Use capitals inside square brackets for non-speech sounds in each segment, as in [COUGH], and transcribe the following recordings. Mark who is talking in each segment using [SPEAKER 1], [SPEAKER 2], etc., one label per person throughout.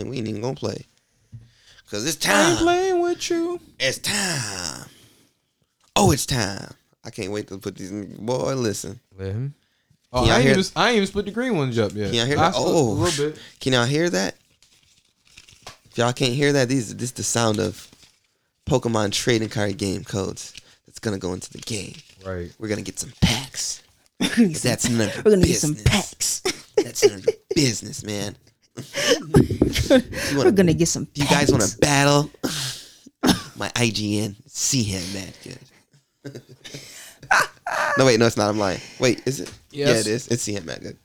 [SPEAKER 1] and we ain't even gonna play. Cause it's
[SPEAKER 2] I ain't
[SPEAKER 1] time.
[SPEAKER 2] playing with you.
[SPEAKER 1] It's time. Oh, it's time. I can't wait to put these boy listen.
[SPEAKER 2] Oh,
[SPEAKER 1] Can y'all
[SPEAKER 2] I ain't,
[SPEAKER 1] hear-
[SPEAKER 2] even, I ain't even split the green ones up yet.
[SPEAKER 1] Can y'all hear
[SPEAKER 2] I
[SPEAKER 1] that?
[SPEAKER 2] split
[SPEAKER 1] Oh.
[SPEAKER 2] a little bit.
[SPEAKER 1] Can y'all hear that? If y'all can't hear that, these this is the sound of Pokemon trading card game codes that's gonna go into the game.
[SPEAKER 2] Right.
[SPEAKER 1] We're gonna get some
[SPEAKER 3] [LAUGHS]
[SPEAKER 1] packs. 'Cause that's none of
[SPEAKER 3] We're
[SPEAKER 1] your
[SPEAKER 3] gonna get some
[SPEAKER 1] business.
[SPEAKER 3] packs.
[SPEAKER 1] That's none of your business,
[SPEAKER 3] [LAUGHS]
[SPEAKER 1] man. You wanna-
[SPEAKER 3] We're gonna get some. Packs.
[SPEAKER 1] You guys want to battle? [SIGHS] My IGN, see him, man. Good. [LAUGHS] no, wait, no, it's not. I'm lying. Wait, is it? Yeah,
[SPEAKER 2] Yes.
[SPEAKER 1] it is. It's see him, man. Good.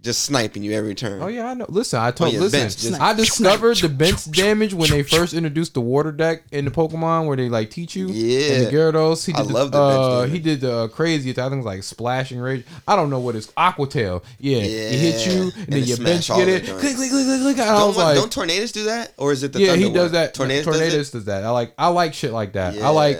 [SPEAKER 1] Just sniping you every turn.
[SPEAKER 2] Oh yeah, I know. Listen, I told
[SPEAKER 1] Oh, yeah, the
[SPEAKER 2] listen.
[SPEAKER 1] bench, just-
[SPEAKER 2] I discovered
[SPEAKER 1] [LAUGHS]
[SPEAKER 2] the bench damage when they first introduced the water deck in the Pokemon, where they like teach you.
[SPEAKER 1] Yeah.
[SPEAKER 2] and the Gyarados. He
[SPEAKER 1] I
[SPEAKER 2] did the,
[SPEAKER 1] love the bench
[SPEAKER 2] uh,
[SPEAKER 1] damage.
[SPEAKER 2] He did the craziest. I think it was like splashing rage. I don't know what it's Aqua Tail. Yeah, it hit
[SPEAKER 1] Yeah.
[SPEAKER 2] you, and,
[SPEAKER 1] And
[SPEAKER 2] then
[SPEAKER 1] it
[SPEAKER 2] your
[SPEAKER 1] smash
[SPEAKER 2] bench
[SPEAKER 1] all
[SPEAKER 2] get
[SPEAKER 1] the
[SPEAKER 2] it. Click,
[SPEAKER 1] joints.
[SPEAKER 2] click, click, click, click. And I
[SPEAKER 1] Don't,
[SPEAKER 2] was
[SPEAKER 1] one-
[SPEAKER 2] like,
[SPEAKER 1] don't tornadoes do that, or is it the
[SPEAKER 2] yeah,
[SPEAKER 1] thunder
[SPEAKER 2] he does
[SPEAKER 1] one?
[SPEAKER 2] that.
[SPEAKER 1] Tornadoes,
[SPEAKER 2] Tornadoes,
[SPEAKER 1] does it?
[SPEAKER 2] does, that. I like. I like shit like that.
[SPEAKER 1] Yeah.
[SPEAKER 2] I like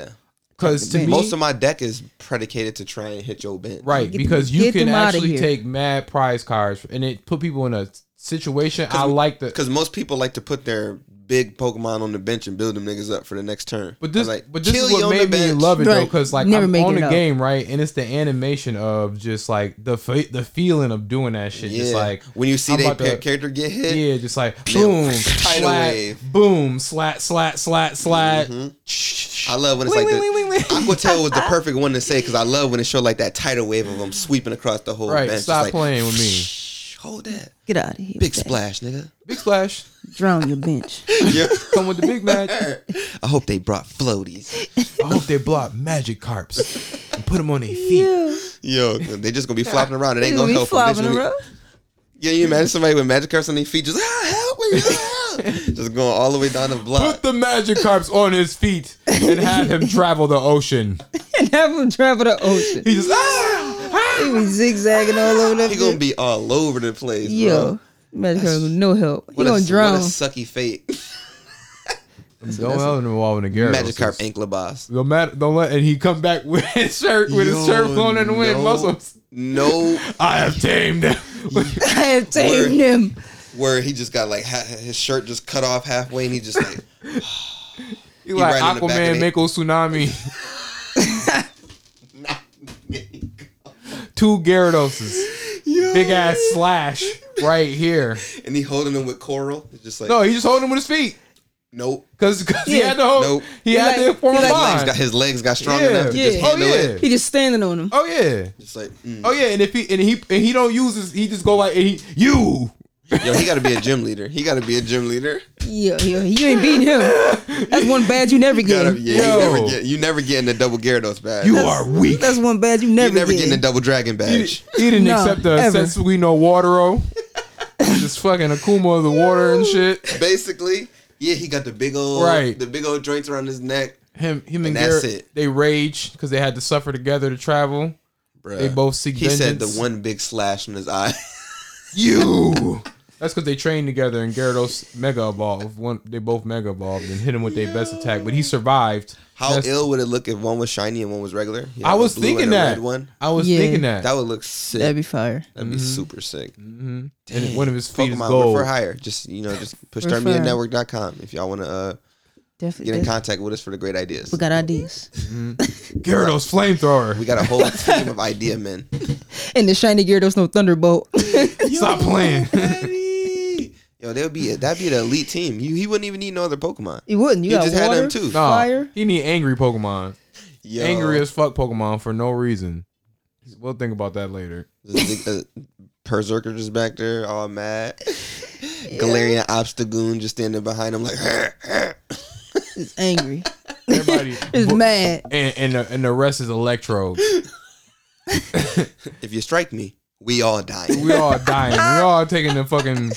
[SPEAKER 2] because to me,
[SPEAKER 1] Most of my deck is predicated to try and hit your bench.
[SPEAKER 2] right
[SPEAKER 3] Get-
[SPEAKER 2] because you
[SPEAKER 3] get
[SPEAKER 2] can
[SPEAKER 3] them outta
[SPEAKER 2] actually
[SPEAKER 3] here.
[SPEAKER 2] take mad prize cards and it put people in a situation. I like the
[SPEAKER 1] Because most people like to put their big Pokemon on the bench and build them niggas up for the next turn.
[SPEAKER 2] But this,
[SPEAKER 1] I'm like,
[SPEAKER 2] but this
[SPEAKER 1] kill
[SPEAKER 2] is
[SPEAKER 1] you
[SPEAKER 2] what
[SPEAKER 1] on the
[SPEAKER 2] made me
[SPEAKER 1] bench.
[SPEAKER 2] love it though,
[SPEAKER 3] Right.
[SPEAKER 2] because like
[SPEAKER 3] Never
[SPEAKER 2] I'm
[SPEAKER 3] make
[SPEAKER 2] on
[SPEAKER 3] it
[SPEAKER 2] the
[SPEAKER 3] up.
[SPEAKER 2] game right, and it's the animation of just like the fa- the feeling of doing that shit, just
[SPEAKER 1] Yeah.
[SPEAKER 2] like
[SPEAKER 1] when you see
[SPEAKER 2] I'm
[SPEAKER 1] that
[SPEAKER 2] about to-
[SPEAKER 1] character get hit,
[SPEAKER 2] yeah,
[SPEAKER 1] [LAUGHS]
[SPEAKER 2] just like boom,
[SPEAKER 1] tidal
[SPEAKER 2] slat,
[SPEAKER 1] wave.
[SPEAKER 2] boom, slat, slat, slat, slat.
[SPEAKER 1] I love when it's
[SPEAKER 2] Wing,
[SPEAKER 1] like
[SPEAKER 2] wing, wing, wing,
[SPEAKER 1] the,
[SPEAKER 2] wing.
[SPEAKER 1] Aqua Tail
[SPEAKER 2] [LAUGHS]
[SPEAKER 1] was the perfect one to say because I love when it showed like that tidal wave of them sweeping across the whole
[SPEAKER 2] Right,
[SPEAKER 1] bench. It's
[SPEAKER 2] stop
[SPEAKER 1] like,
[SPEAKER 2] playing
[SPEAKER 1] [LAUGHS]
[SPEAKER 2] with me.
[SPEAKER 1] Hold that.
[SPEAKER 3] get out of here.
[SPEAKER 1] Big
[SPEAKER 3] with that.
[SPEAKER 1] splash, nigga.
[SPEAKER 2] Big splash,
[SPEAKER 3] Drown
[SPEAKER 1] [LAUGHS]
[SPEAKER 3] your bench.
[SPEAKER 1] Yeah.
[SPEAKER 2] come with the
[SPEAKER 1] [LAUGHS]
[SPEAKER 2] big match.
[SPEAKER 1] I hope they brought floaties.
[SPEAKER 2] I hope they block magic carps and put them on their feet.
[SPEAKER 3] yeah.
[SPEAKER 1] Yo, they just gonna be flopping around. It ain't
[SPEAKER 3] You
[SPEAKER 1] gonna
[SPEAKER 3] be
[SPEAKER 1] help. 'em. They just
[SPEAKER 3] flopping
[SPEAKER 1] gonna be-
[SPEAKER 3] around. [LAUGHS]
[SPEAKER 1] Yeah, you imagine somebody with magic cards on their feet just ah, help me, ah."
[SPEAKER 2] [LAUGHS]
[SPEAKER 1] just going all the way down the
[SPEAKER 2] Put
[SPEAKER 1] block.
[SPEAKER 2] the magic carps on his feet and have him travel the ocean.
[SPEAKER 3] and have him travel the ocean.
[SPEAKER 2] He just ah, ah.
[SPEAKER 3] He was zigzagging all over the
[SPEAKER 1] He gonna
[SPEAKER 3] place.
[SPEAKER 1] be all over the place,
[SPEAKER 3] Yo,
[SPEAKER 1] bro.
[SPEAKER 3] medical with no help. He
[SPEAKER 1] What a,
[SPEAKER 3] gonna drown.
[SPEAKER 1] what a sucky fate.
[SPEAKER 2] Don't let him involve in the Gyarados.
[SPEAKER 1] Magikarp Ankyloboss.
[SPEAKER 2] Don't matter. Don't let. And he come back with his shirt, with his shirt
[SPEAKER 1] Yo,
[SPEAKER 2] blowing in the wind.
[SPEAKER 1] no-
[SPEAKER 2] Muscles.
[SPEAKER 1] No
[SPEAKER 2] I have tamed him.
[SPEAKER 3] [LAUGHS] I have tamed
[SPEAKER 1] Word.
[SPEAKER 3] him.
[SPEAKER 1] where he just got like ha- his shirt just cut off halfway, and he just
[SPEAKER 2] [LAUGHS]
[SPEAKER 1] like
[SPEAKER 2] He like
[SPEAKER 1] right in the back of
[SPEAKER 2] Aquaman,
[SPEAKER 1] the-
[SPEAKER 2] Mako
[SPEAKER 1] [LAUGHS]
[SPEAKER 2] tsunami. Two Gyarados, big ass slash right here.
[SPEAKER 1] and he holding him with coral. It's just like
[SPEAKER 2] No, he just holding him with his feet
[SPEAKER 1] nope.
[SPEAKER 2] because he
[SPEAKER 3] Yeah.
[SPEAKER 2] had to hold.
[SPEAKER 1] Nope.
[SPEAKER 2] He,
[SPEAKER 3] He
[SPEAKER 2] had
[SPEAKER 3] like-
[SPEAKER 2] to form
[SPEAKER 3] he
[SPEAKER 2] a
[SPEAKER 3] like-
[SPEAKER 1] His legs
[SPEAKER 2] bond.
[SPEAKER 1] got his legs got strong enough to
[SPEAKER 2] Yeah.
[SPEAKER 1] just
[SPEAKER 2] Yeah. Oh,
[SPEAKER 1] handle
[SPEAKER 2] yeah.
[SPEAKER 1] it.
[SPEAKER 3] He just standing on him.
[SPEAKER 2] Oh yeah.
[SPEAKER 1] Just like mm.
[SPEAKER 2] Oh yeah. And if he and he and he don't use his, he just go like and he you.
[SPEAKER 1] yo, he got to be a gym leader. He got to be a gym
[SPEAKER 2] [LAUGHS]
[SPEAKER 1] leader.
[SPEAKER 3] Yeah, yeah, you ain't
[SPEAKER 1] [LAUGHS]
[SPEAKER 3] beating him. That's one badge you never
[SPEAKER 1] You,
[SPEAKER 3] get.
[SPEAKER 1] gotta, yeah, you
[SPEAKER 2] Yo.
[SPEAKER 1] never get you never getting a double Gyarados badge.
[SPEAKER 2] You [LAUGHS]
[SPEAKER 1] You
[SPEAKER 2] are weak.
[SPEAKER 3] That's one badge you never,
[SPEAKER 1] never, never
[SPEAKER 3] get.
[SPEAKER 1] getting a double Dragon
[SPEAKER 2] He, [LAUGHS]
[SPEAKER 1] badge.
[SPEAKER 2] he didn't
[SPEAKER 3] No,
[SPEAKER 2] accept the
[SPEAKER 3] ever.
[SPEAKER 2] Setsuino Watero. Just fucking Akuma of the water and shit.
[SPEAKER 1] Basically, yeah, he got the big old
[SPEAKER 2] Right.
[SPEAKER 1] the big old joints around his neck.
[SPEAKER 2] Him, him,
[SPEAKER 1] And
[SPEAKER 2] and,
[SPEAKER 1] that's
[SPEAKER 2] Garrett,
[SPEAKER 1] it.
[SPEAKER 2] they rage because they had to suffer together to travel.
[SPEAKER 1] Bruh.
[SPEAKER 2] They both seek
[SPEAKER 1] He said the
[SPEAKER 2] vengeance.
[SPEAKER 1] one big slash in his eye.
[SPEAKER 2] You. That's because they trained together and Gyarados mega evolved. One, they both mega evolved and hit him with their best attack, but he survived.
[SPEAKER 1] [LAUGHS] How
[SPEAKER 2] That's-
[SPEAKER 1] ill would it look if one was shiny and one was regular? You
[SPEAKER 2] I
[SPEAKER 1] know,
[SPEAKER 2] was
[SPEAKER 1] the blue and
[SPEAKER 2] thinking
[SPEAKER 1] the
[SPEAKER 2] that.
[SPEAKER 1] red one.
[SPEAKER 2] I was
[SPEAKER 3] Yeah.
[SPEAKER 2] thinking that.
[SPEAKER 1] That would look sick.
[SPEAKER 3] That'd be Mm-hmm. fire.
[SPEAKER 1] That'd be super sick.
[SPEAKER 2] and one of his feet is
[SPEAKER 1] Pokemon
[SPEAKER 2] gold.
[SPEAKER 1] for hire. Just you
[SPEAKER 3] [SIGHS]
[SPEAKER 1] know, just push
[SPEAKER 3] Refer.
[SPEAKER 1] network.com if y'all want to uh, get
[SPEAKER 3] Definitely.
[SPEAKER 1] in
[SPEAKER 3] definitely.
[SPEAKER 1] contact with us for the great ideas.
[SPEAKER 3] We got ideas.
[SPEAKER 2] Gyarados flamethrower.
[SPEAKER 1] We got a
[SPEAKER 3] [LAUGHS]
[SPEAKER 1] whole team of idea men.
[SPEAKER 3] And the shiny Gyarados
[SPEAKER 1] [LAUGHS]
[SPEAKER 3] no thunderbolt. [LAUGHS]
[SPEAKER 2] Stop playing.
[SPEAKER 1] Yo, they'll be that'd be the elite team. You, he wouldn't even need no other Pokemon.
[SPEAKER 3] you wouldn't. You
[SPEAKER 1] He
[SPEAKER 3] got
[SPEAKER 1] just
[SPEAKER 3] water,
[SPEAKER 1] had them too.
[SPEAKER 2] Nah,
[SPEAKER 3] fire.
[SPEAKER 2] He need angry Pokemon.
[SPEAKER 1] Yo,
[SPEAKER 2] angry as fuck Pokemon for no reason. We'll think about that later.
[SPEAKER 1] Just think, uh, Berserker just back there, all mad.
[SPEAKER 3] [LAUGHS]
[SPEAKER 1] Galarian Obstagoon just standing behind him like. [LAUGHS]
[SPEAKER 3] It's angry. [LAUGHS]
[SPEAKER 2] Everybody
[SPEAKER 3] It's
[SPEAKER 2] Bo-
[SPEAKER 3] mad.
[SPEAKER 2] and and the, and the rest is Electro.
[SPEAKER 1] If you strike me, we all die.
[SPEAKER 2] We all dying.
[SPEAKER 3] [LAUGHS]
[SPEAKER 2] We all taking the fucking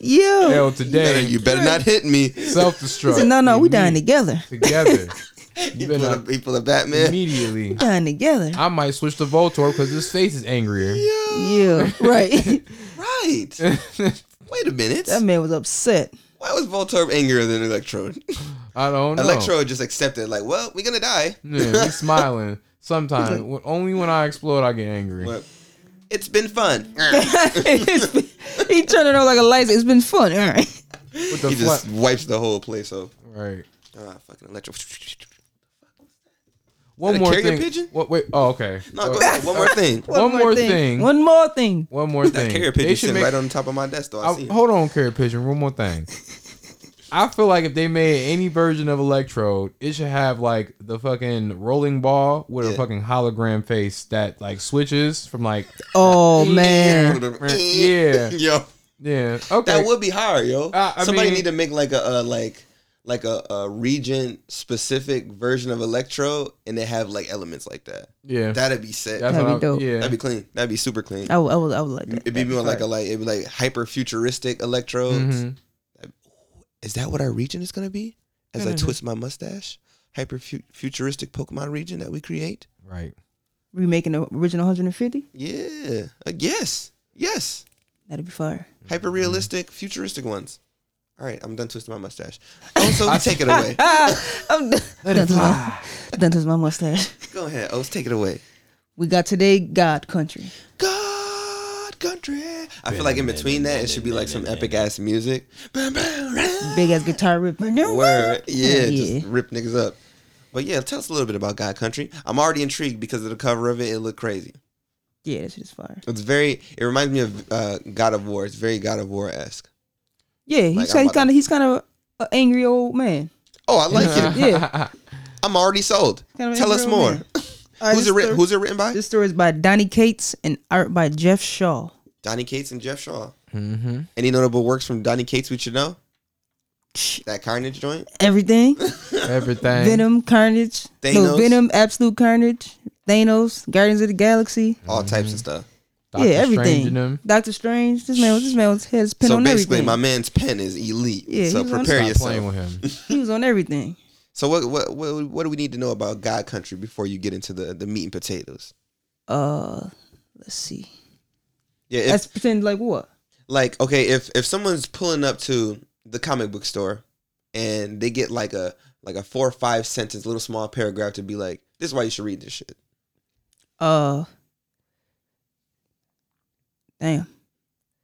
[SPEAKER 3] Yo. [LAUGHS]
[SPEAKER 1] You
[SPEAKER 2] L
[SPEAKER 1] better-
[SPEAKER 2] today.
[SPEAKER 1] you better not hit me.
[SPEAKER 2] Self
[SPEAKER 3] He
[SPEAKER 2] destruct.
[SPEAKER 3] said, no, no, we dying together. [LAUGHS]
[SPEAKER 2] together.
[SPEAKER 1] You pull
[SPEAKER 2] You better
[SPEAKER 1] up,
[SPEAKER 2] not
[SPEAKER 1] he pull up Batman.
[SPEAKER 2] immediately.
[SPEAKER 3] Dying together.
[SPEAKER 2] I might switch to Voltorb because his face is angrier. [LAUGHS]
[SPEAKER 1] [LAUGHS]
[SPEAKER 3] Yeah, right.
[SPEAKER 1] Right. Wait a minute.
[SPEAKER 3] that man was upset. [LAUGHS]
[SPEAKER 1] Why was Voltorb angrier than
[SPEAKER 2] [LAUGHS]
[SPEAKER 1] Electrode?
[SPEAKER 2] I don't know.
[SPEAKER 1] Electrode just accepted, like, well, we're gonna die.
[SPEAKER 2] Yeah,
[SPEAKER 1] [LAUGHS]
[SPEAKER 2] he's smiling. Sometimes when, only when I explode, I get angry.
[SPEAKER 1] But it's been fun.
[SPEAKER 3] It's been- he turned it on like a light. It's been fun. All right.
[SPEAKER 2] With the
[SPEAKER 1] he just
[SPEAKER 2] fla-
[SPEAKER 1] wipes the whole place off.
[SPEAKER 2] right.
[SPEAKER 1] Ah, fucking electro.
[SPEAKER 2] One
[SPEAKER 1] Did I
[SPEAKER 2] more
[SPEAKER 1] carry a
[SPEAKER 2] thing.
[SPEAKER 1] pigeon?
[SPEAKER 2] What? Wait. Oh, okay.
[SPEAKER 1] No,
[SPEAKER 2] Uh,
[SPEAKER 1] go ahead. One more thing.
[SPEAKER 2] One more thing.
[SPEAKER 3] One more thing.
[SPEAKER 2] One more thing.
[SPEAKER 1] [LAUGHS] That carrier
[SPEAKER 2] They
[SPEAKER 1] pigeon
[SPEAKER 2] should
[SPEAKER 1] sitting
[SPEAKER 2] make- Oh,
[SPEAKER 1] right on top of my desk, though. I,
[SPEAKER 2] I-
[SPEAKER 1] see it.
[SPEAKER 2] hold on, carrier pigeon. One
[SPEAKER 1] [LAUGHS]
[SPEAKER 2] more thing. I feel like if they made any version of Electrode, it should have like the fucking rolling ball with a
[SPEAKER 1] Yeah.
[SPEAKER 2] fucking hologram face that like switches from like
[SPEAKER 3] Oh man.
[SPEAKER 1] [LAUGHS]
[SPEAKER 2] Yeah.
[SPEAKER 1] Yo,
[SPEAKER 2] yeah okay
[SPEAKER 1] that would be hard, yo.
[SPEAKER 2] Uh, I
[SPEAKER 1] Somebody
[SPEAKER 2] mean-
[SPEAKER 1] need to make like a uh, like like a, a region specific version of electro, and they have like elements like that.
[SPEAKER 2] yeah
[SPEAKER 1] That'd be sick.
[SPEAKER 2] That's
[SPEAKER 3] That'd
[SPEAKER 2] what
[SPEAKER 3] be
[SPEAKER 2] I'm-
[SPEAKER 3] dope.
[SPEAKER 2] Yeah,
[SPEAKER 1] That'd be clean. That'd be super clean.
[SPEAKER 3] I would, I would, I would like that.
[SPEAKER 1] It'd be more like a like it'd be like hyper futuristic electro.
[SPEAKER 2] Mhm.
[SPEAKER 1] Is that what our region is gonna be? As I twist my mustache, hyper fu- futuristic Pokemon region that we create. [LAUGHS]
[SPEAKER 2] right.
[SPEAKER 3] Remaking the original 150.
[SPEAKER 1] Yeah. Uh, yes. Yes.
[SPEAKER 3] That'd be fire. [LAUGHS]
[SPEAKER 1] Hyper realistic, futuristic ones. All right, I'm done twisting my mustache. Also, take it away.
[SPEAKER 3] I'm done. done to my, [LAUGHS] done to my mustache.
[SPEAKER 1] Go ahead. Oh, take it away.
[SPEAKER 3] We got today God Country.
[SPEAKER 1] God country. I feel like in between that, it should be like some epic ass music.
[SPEAKER 3] Big ass guitar rip.
[SPEAKER 1] Word. Yeah,
[SPEAKER 3] Yeah.
[SPEAKER 1] just rip niggas up. But yeah, tell us a little bit about God Country. I'm already intrigued because of the cover of it. It looked crazy.
[SPEAKER 3] Yeah, that shit is fire.
[SPEAKER 1] It's very. It reminds me of uh, God of War. It's very God of War esque.
[SPEAKER 3] Yeah,
[SPEAKER 1] Like,
[SPEAKER 3] he's
[SPEAKER 1] I'm about
[SPEAKER 3] kind of he's kind of an angry old man.
[SPEAKER 1] Oh, I like
[SPEAKER 3] [LAUGHS]
[SPEAKER 1] it.
[SPEAKER 3] Yeah.
[SPEAKER 1] I'm already sold.
[SPEAKER 3] Kind of
[SPEAKER 1] tell
[SPEAKER 3] angry
[SPEAKER 1] us
[SPEAKER 3] old
[SPEAKER 1] more.
[SPEAKER 3] man. All
[SPEAKER 1] who's
[SPEAKER 3] right, Uh, this
[SPEAKER 1] it? Writ-
[SPEAKER 3] story-
[SPEAKER 1] who's it written by?
[SPEAKER 3] This story is by Donnie Cates and art by Jeff Shaw.
[SPEAKER 1] Donnie Cates and Jeff Shaw.
[SPEAKER 2] [LAUGHS] mm-hmm.
[SPEAKER 1] Any notable works from Donnie Cates we should know?
[SPEAKER 3] Shh,
[SPEAKER 1] That Carnage joint.
[SPEAKER 3] Everything.
[SPEAKER 2] Everything.
[SPEAKER 3] Venom, Carnage. No,
[SPEAKER 1] Thanos.
[SPEAKER 3] Venom, Absolute Carnage. Thanos, Guardians of the Galaxy.
[SPEAKER 1] All types of stuff.
[SPEAKER 2] Doctor
[SPEAKER 3] yeah,
[SPEAKER 2] Strange
[SPEAKER 3] everything.
[SPEAKER 2] in them.
[SPEAKER 3] Doctor Strange. This man was this man was he had his pen
[SPEAKER 1] so
[SPEAKER 3] on
[SPEAKER 1] basically,
[SPEAKER 3] everything.
[SPEAKER 1] my man's pen is elite.
[SPEAKER 3] Yeah,
[SPEAKER 1] so
[SPEAKER 3] he's on-
[SPEAKER 1] prepare
[SPEAKER 2] Stop playing
[SPEAKER 1] yourself.
[SPEAKER 2] with him.
[SPEAKER 3] he was on everything.
[SPEAKER 1] So what, what what what do we need to know about God Country before you get into the the meat and potatoes?
[SPEAKER 3] Uh let's see.
[SPEAKER 1] Yeah, if,
[SPEAKER 3] Let's pretend like what?
[SPEAKER 1] like okay if if someone's pulling up to the comic book store and they get like a like a four or five sentence little small paragraph to be like this is why you should read this shit
[SPEAKER 3] Uh Damn.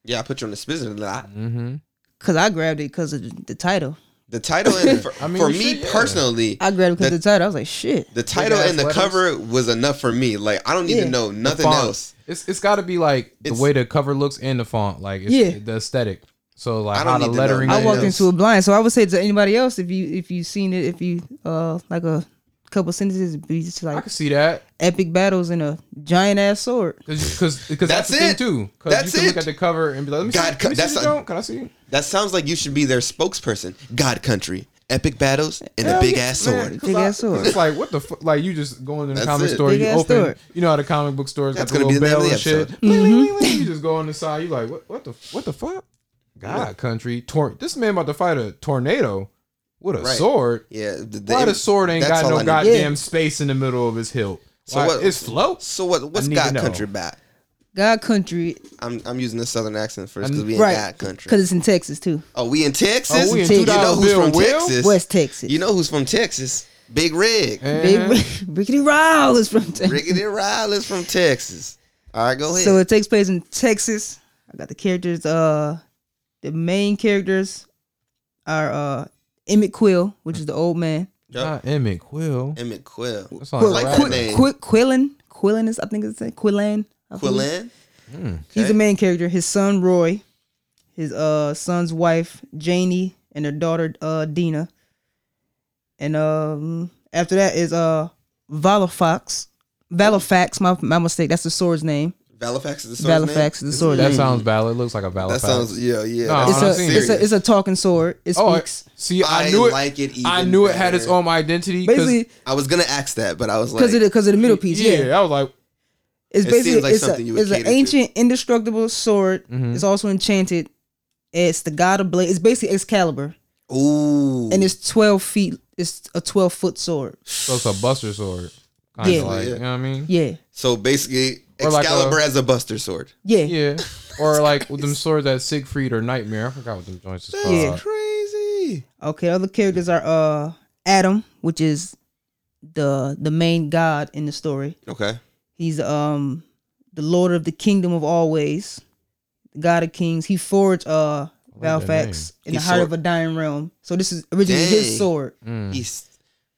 [SPEAKER 1] yeah i put you on the spizzer a lot
[SPEAKER 2] Mm-hmm.
[SPEAKER 3] Cause I grabbed it because of the, the title.
[SPEAKER 1] the title
[SPEAKER 2] [LAUGHS]
[SPEAKER 1] and for,
[SPEAKER 2] I mean,
[SPEAKER 1] for
[SPEAKER 2] you
[SPEAKER 1] me
[SPEAKER 2] should, yeah.
[SPEAKER 1] personally
[SPEAKER 3] I grabbed it because
[SPEAKER 1] The-
[SPEAKER 3] of the title. I was like, shit.
[SPEAKER 1] the title
[SPEAKER 2] ass
[SPEAKER 1] and the
[SPEAKER 2] letters.
[SPEAKER 1] cover was enough for me like i don't need
[SPEAKER 3] Yeah.
[SPEAKER 1] to know nothing
[SPEAKER 2] font.
[SPEAKER 1] else
[SPEAKER 2] It's it's got to be like
[SPEAKER 1] It's-
[SPEAKER 2] the way the cover looks and the font, like it's,
[SPEAKER 3] Yeah.
[SPEAKER 2] the aesthetic. So
[SPEAKER 1] I
[SPEAKER 2] like
[SPEAKER 1] don't
[SPEAKER 2] how the
[SPEAKER 1] need to know
[SPEAKER 2] lettering.
[SPEAKER 3] I
[SPEAKER 1] nothing
[SPEAKER 2] is.
[SPEAKER 3] walked
[SPEAKER 1] else.
[SPEAKER 3] into it blind, so I would say to anybody else if you if you seen it, if you uh like a couple sentences, it'd be just
[SPEAKER 2] I
[SPEAKER 3] like
[SPEAKER 2] can see that
[SPEAKER 3] epic battles and a giant ass sword.
[SPEAKER 2] because because
[SPEAKER 1] That's
[SPEAKER 2] that's, the thing
[SPEAKER 1] it.
[SPEAKER 2] too. Because you
[SPEAKER 1] That's
[SPEAKER 2] can look
[SPEAKER 1] it.
[SPEAKER 2] at the cover and be like, let me
[SPEAKER 1] God,
[SPEAKER 2] see, let me
[SPEAKER 1] that's
[SPEAKER 2] see the
[SPEAKER 1] a-
[SPEAKER 2] joint. Can I see? it?
[SPEAKER 1] that sounds like you should be their spokesperson god country epic battles and a
[SPEAKER 2] Hell
[SPEAKER 1] big
[SPEAKER 2] yeah,
[SPEAKER 1] ass
[SPEAKER 2] man,
[SPEAKER 1] sword
[SPEAKER 2] 'cause
[SPEAKER 3] Big
[SPEAKER 2] I-
[SPEAKER 3] ass sword.
[SPEAKER 2] It's like what the fuck? Like you just go in the
[SPEAKER 1] That's
[SPEAKER 2] comic
[SPEAKER 1] it.
[SPEAKER 2] store,
[SPEAKER 3] Big
[SPEAKER 2] you
[SPEAKER 3] ass
[SPEAKER 2] open,
[SPEAKER 3] store.
[SPEAKER 2] you know how the comic book stores
[SPEAKER 1] That's
[SPEAKER 2] got the
[SPEAKER 1] gonna be
[SPEAKER 2] little
[SPEAKER 1] the name
[SPEAKER 2] bell
[SPEAKER 1] of the
[SPEAKER 2] and shit.
[SPEAKER 1] episode.
[SPEAKER 2] Wait, wait, wait, wait.
[SPEAKER 3] Mm-hmm.
[SPEAKER 2] You just go on the side, you like what? What the what the fuck? God, country, tor- this man about to fight a tornado with a
[SPEAKER 1] Right.
[SPEAKER 2] sword.
[SPEAKER 1] yeah the,
[SPEAKER 2] Why the sword ain't
[SPEAKER 1] that's
[SPEAKER 2] got
[SPEAKER 1] all
[SPEAKER 2] no
[SPEAKER 1] I need.
[SPEAKER 2] goddamn space in the middle of his hilt?
[SPEAKER 1] So
[SPEAKER 2] Why,
[SPEAKER 1] what-
[SPEAKER 2] It's float.
[SPEAKER 1] so what what's
[SPEAKER 2] need to
[SPEAKER 1] god
[SPEAKER 2] know.
[SPEAKER 1] country about
[SPEAKER 3] God Country,
[SPEAKER 1] I'm, I'm using the southern accent first because we in
[SPEAKER 3] right?
[SPEAKER 1] God country.
[SPEAKER 3] because it's in Texas too,
[SPEAKER 1] Oh, we in Texas?
[SPEAKER 2] Oh, we in
[SPEAKER 1] you know
[SPEAKER 2] $2
[SPEAKER 1] who's
[SPEAKER 2] bill,
[SPEAKER 1] from
[SPEAKER 2] Will?
[SPEAKER 1] Texas?
[SPEAKER 3] West Texas.
[SPEAKER 1] You know who's from Texas? Big Rig.
[SPEAKER 3] Big
[SPEAKER 2] Eh.
[SPEAKER 3] [LAUGHS] Rickety Ryle is from Texas,
[SPEAKER 1] Rickety Riley's from Texas. All right, go ahead.
[SPEAKER 3] so it takes place in Texas. I got the characters. Uh, the main characters are uh Emmett Quill, which is the old man.
[SPEAKER 1] Yep.
[SPEAKER 2] Not Emmett Quill.
[SPEAKER 1] Emmett Quill.
[SPEAKER 2] That's
[SPEAKER 1] I
[SPEAKER 2] not
[SPEAKER 1] like
[SPEAKER 2] right.
[SPEAKER 1] that name.
[SPEAKER 3] Qu- Quillen, Quillen is I think it's Quillen.
[SPEAKER 1] Quillan?
[SPEAKER 3] He's
[SPEAKER 1] Okay.
[SPEAKER 3] the main character. His son Roy, his uh son's wife Janie, and their daughter uh Dina. And um after that is uh Valifax. Valifax, my my mistake. That's the sword's name.
[SPEAKER 1] Valifax is the sword's
[SPEAKER 3] Valifax is the sword's
[SPEAKER 2] That
[SPEAKER 3] name.
[SPEAKER 2] sounds valid. Looks like a
[SPEAKER 1] name?
[SPEAKER 2] valid.
[SPEAKER 1] mm. That sounds, yeah, yeah.
[SPEAKER 2] No,
[SPEAKER 1] that
[SPEAKER 2] I'm
[SPEAKER 3] It's
[SPEAKER 1] sounds
[SPEAKER 3] a,
[SPEAKER 2] not
[SPEAKER 3] it's a it's a talking sword. It
[SPEAKER 2] Oh, I-
[SPEAKER 3] speaks.
[SPEAKER 2] see, I
[SPEAKER 1] I
[SPEAKER 2] knew it.
[SPEAKER 1] like it
[SPEAKER 2] I
[SPEAKER 1] even
[SPEAKER 2] knew it had
[SPEAKER 1] better.
[SPEAKER 2] its own identity. 'cause-
[SPEAKER 3] basically
[SPEAKER 1] I was going to ask that, but I was like,
[SPEAKER 3] because of the because of the middle piece.
[SPEAKER 2] yeah,
[SPEAKER 3] yeah.
[SPEAKER 2] I was like,
[SPEAKER 3] It's
[SPEAKER 1] It seems
[SPEAKER 3] basically
[SPEAKER 1] like
[SPEAKER 3] it's, a,
[SPEAKER 1] something you would
[SPEAKER 3] it's an
[SPEAKER 1] cater to.
[SPEAKER 3] ancient indestructible sword.
[SPEAKER 2] Mhm.
[SPEAKER 3] It's also enchanted. It's the god of blade. It's basically Excalibur,
[SPEAKER 1] ooh.
[SPEAKER 3] and it's twelve feet. It's a twelve foot sword.
[SPEAKER 2] so it's a buster sword. Kind
[SPEAKER 3] Yeah.
[SPEAKER 2] of like,
[SPEAKER 1] Yeah.
[SPEAKER 2] you know what I mean?
[SPEAKER 3] Yeah,
[SPEAKER 1] so basically,
[SPEAKER 2] Or like
[SPEAKER 1] Excalibur
[SPEAKER 2] a-
[SPEAKER 1] has a buster sword.
[SPEAKER 3] yeah.
[SPEAKER 2] Yeah. Or like with them swords that Siegfried or Nightmare. I forgot what them joints is called.
[SPEAKER 3] Yeah.
[SPEAKER 1] Crazy.
[SPEAKER 3] Okay. Other characters are uh Adam, which is the the main god in the story.
[SPEAKER 1] Okay.
[SPEAKER 3] He's um the lord of the kingdom of always, the god of kings. He forged uh
[SPEAKER 2] that
[SPEAKER 3] Valfax in the
[SPEAKER 1] His
[SPEAKER 3] heart
[SPEAKER 1] sword.
[SPEAKER 3] of a dying realm. So this is originally
[SPEAKER 1] Dang.
[SPEAKER 3] his sword.
[SPEAKER 2] Mm.
[SPEAKER 1] He's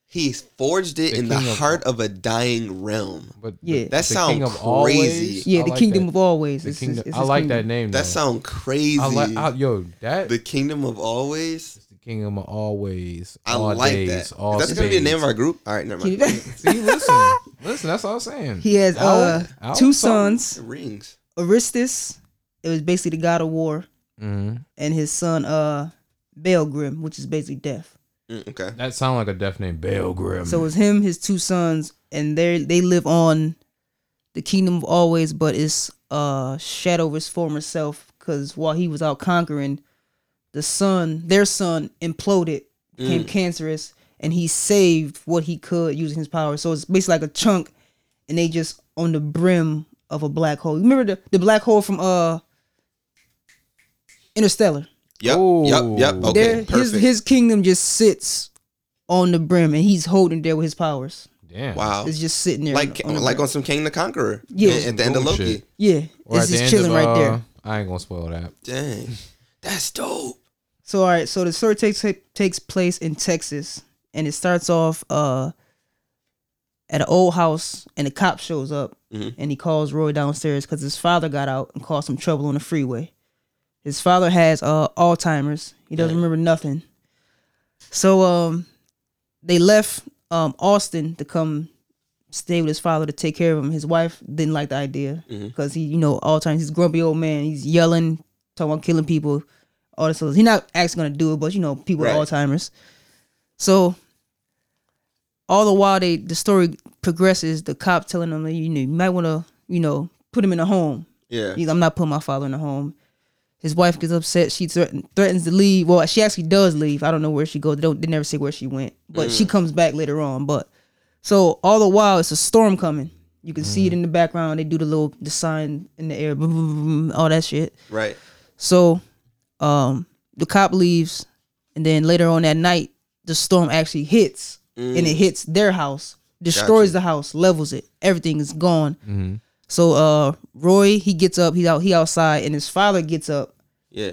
[SPEAKER 1] he's forged it
[SPEAKER 2] The
[SPEAKER 1] in the
[SPEAKER 2] king of-
[SPEAKER 1] heart of a dying realm.
[SPEAKER 2] But
[SPEAKER 3] Yeah.
[SPEAKER 1] That sound
[SPEAKER 2] always,
[SPEAKER 1] crazy.
[SPEAKER 3] Yeah,
[SPEAKER 2] I
[SPEAKER 3] the
[SPEAKER 2] like
[SPEAKER 3] kingdom
[SPEAKER 2] that.
[SPEAKER 3] of always.
[SPEAKER 2] The
[SPEAKER 3] It's-
[SPEAKER 2] kingdom.
[SPEAKER 3] it's- it's
[SPEAKER 2] I
[SPEAKER 3] his
[SPEAKER 2] like
[SPEAKER 3] kingdom.
[SPEAKER 2] that name.
[SPEAKER 1] That
[SPEAKER 2] though.
[SPEAKER 1] sound crazy.
[SPEAKER 2] I like I, yo that
[SPEAKER 1] the kingdom of always.
[SPEAKER 2] is the kingdom of always.
[SPEAKER 1] I
[SPEAKER 2] all
[SPEAKER 1] like
[SPEAKER 2] days,
[SPEAKER 1] that.
[SPEAKER 2] All
[SPEAKER 1] That's gonna be the name of
[SPEAKER 2] spades.
[SPEAKER 1] our group. All right, never mind. [LAUGHS]
[SPEAKER 2] See, listen, listen. That's all I'm saying.
[SPEAKER 3] [LAUGHS] He has uh,
[SPEAKER 2] I was- I
[SPEAKER 3] two
[SPEAKER 2] was talking-
[SPEAKER 3] sons,
[SPEAKER 1] [LAUGHS] Rings.
[SPEAKER 3] Aristus, it was basically the god of war,
[SPEAKER 2] Mhm.
[SPEAKER 3] and his son uh Belgrim, which is basically death.
[SPEAKER 1] Mm, okay.
[SPEAKER 2] That sound like a death name, Belgrim.
[SPEAKER 3] So it's him, his two sons, and they they live on the kingdom of always, but it's uh shadow of his former self because while he was out conquering, the son, their son, imploded,
[SPEAKER 1] Mm.
[SPEAKER 3] became cancerous, and he saved what he could using his power. So it's basically like a chunk, and they just on the brim of a black hole. You remember the, the black hole from uh Interstellar?
[SPEAKER 1] Yep. Yep. Yep.
[SPEAKER 2] Ooh.
[SPEAKER 1] Okay.
[SPEAKER 3] There- his
[SPEAKER 1] perfect.
[SPEAKER 3] his kingdom just sits on the brim, and he's holding there with his powers.
[SPEAKER 2] damn.
[SPEAKER 1] wow.
[SPEAKER 3] It's just sitting there.
[SPEAKER 1] Like
[SPEAKER 3] the
[SPEAKER 1] like
[SPEAKER 3] ground.
[SPEAKER 1] on some King the Conqueror.
[SPEAKER 3] Yeah.
[SPEAKER 1] At, at the end of
[SPEAKER 2] Cool
[SPEAKER 1] Loki.
[SPEAKER 2] shit.
[SPEAKER 3] yeah,
[SPEAKER 2] Or
[SPEAKER 3] it's
[SPEAKER 2] at the
[SPEAKER 3] just
[SPEAKER 2] end
[SPEAKER 3] chilling
[SPEAKER 2] of,
[SPEAKER 3] right
[SPEAKER 2] uh,
[SPEAKER 3] there.
[SPEAKER 2] I ain't gonna spoil that.
[SPEAKER 1] Dang. That's dope.
[SPEAKER 3] So all right, so the story takes takes place in Texas, and it starts off uh at an old house, and the cop shows up,
[SPEAKER 1] Mhm.
[SPEAKER 3] and he calls Roy downstairs because his father got out and caused some trouble on the freeway. His father has uh Alzheimer's; he doesn't remember nothing. So um, they left um Austin to come stay with his father to take care of him. His wife didn't like the idea
[SPEAKER 1] Mhm.
[SPEAKER 3] because he, you know, all time he's a grumpy old man. He's yelling, talking about killing people, all this. Stuff. He's not actually gonna do it, but you know, people with
[SPEAKER 1] Right.
[SPEAKER 3] Alzheimer's. So all the while, they the story progresses. The cop telling them that you know you might want to you know put him in a home.
[SPEAKER 1] Yeah.
[SPEAKER 3] He's, I'm not putting my father in a home. His wife gets upset. She threaten, threatens to leave. Well, she actually does leave. I don't know where she goes. They, don't, they never say where she went, but she comes back later on. But so all the while, it's a storm coming. You can see it in the background. They do the little the sign in the air, boom, boom, boom, boom, all that shit.
[SPEAKER 1] Right.
[SPEAKER 3] So um, the cop leaves, and then later on that night, the storm actually hits, and it hits their house, destroys the house, levels it. Everything is gone.
[SPEAKER 2] Mm-hmm.
[SPEAKER 3] So uh Roy, he gets up, he's out he outside, and his father gets up,
[SPEAKER 1] Yeah.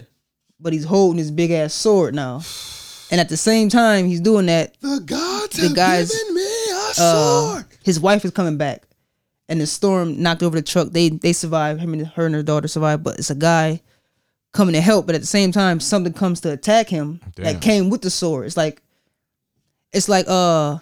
[SPEAKER 3] but he's holding his big ass sword now. [SIGHS] And at the same time he's doing that,
[SPEAKER 1] The gods
[SPEAKER 3] The have guys, given
[SPEAKER 1] me a
[SPEAKER 3] uh, his wife is coming back. And the storm knocked over the truck. They they survive. Him and her and her daughter survive, but it's a guy coming to help, but at the same time something comes to attack him
[SPEAKER 2] Damn.
[SPEAKER 3] that came with the sword. It's like it's like uh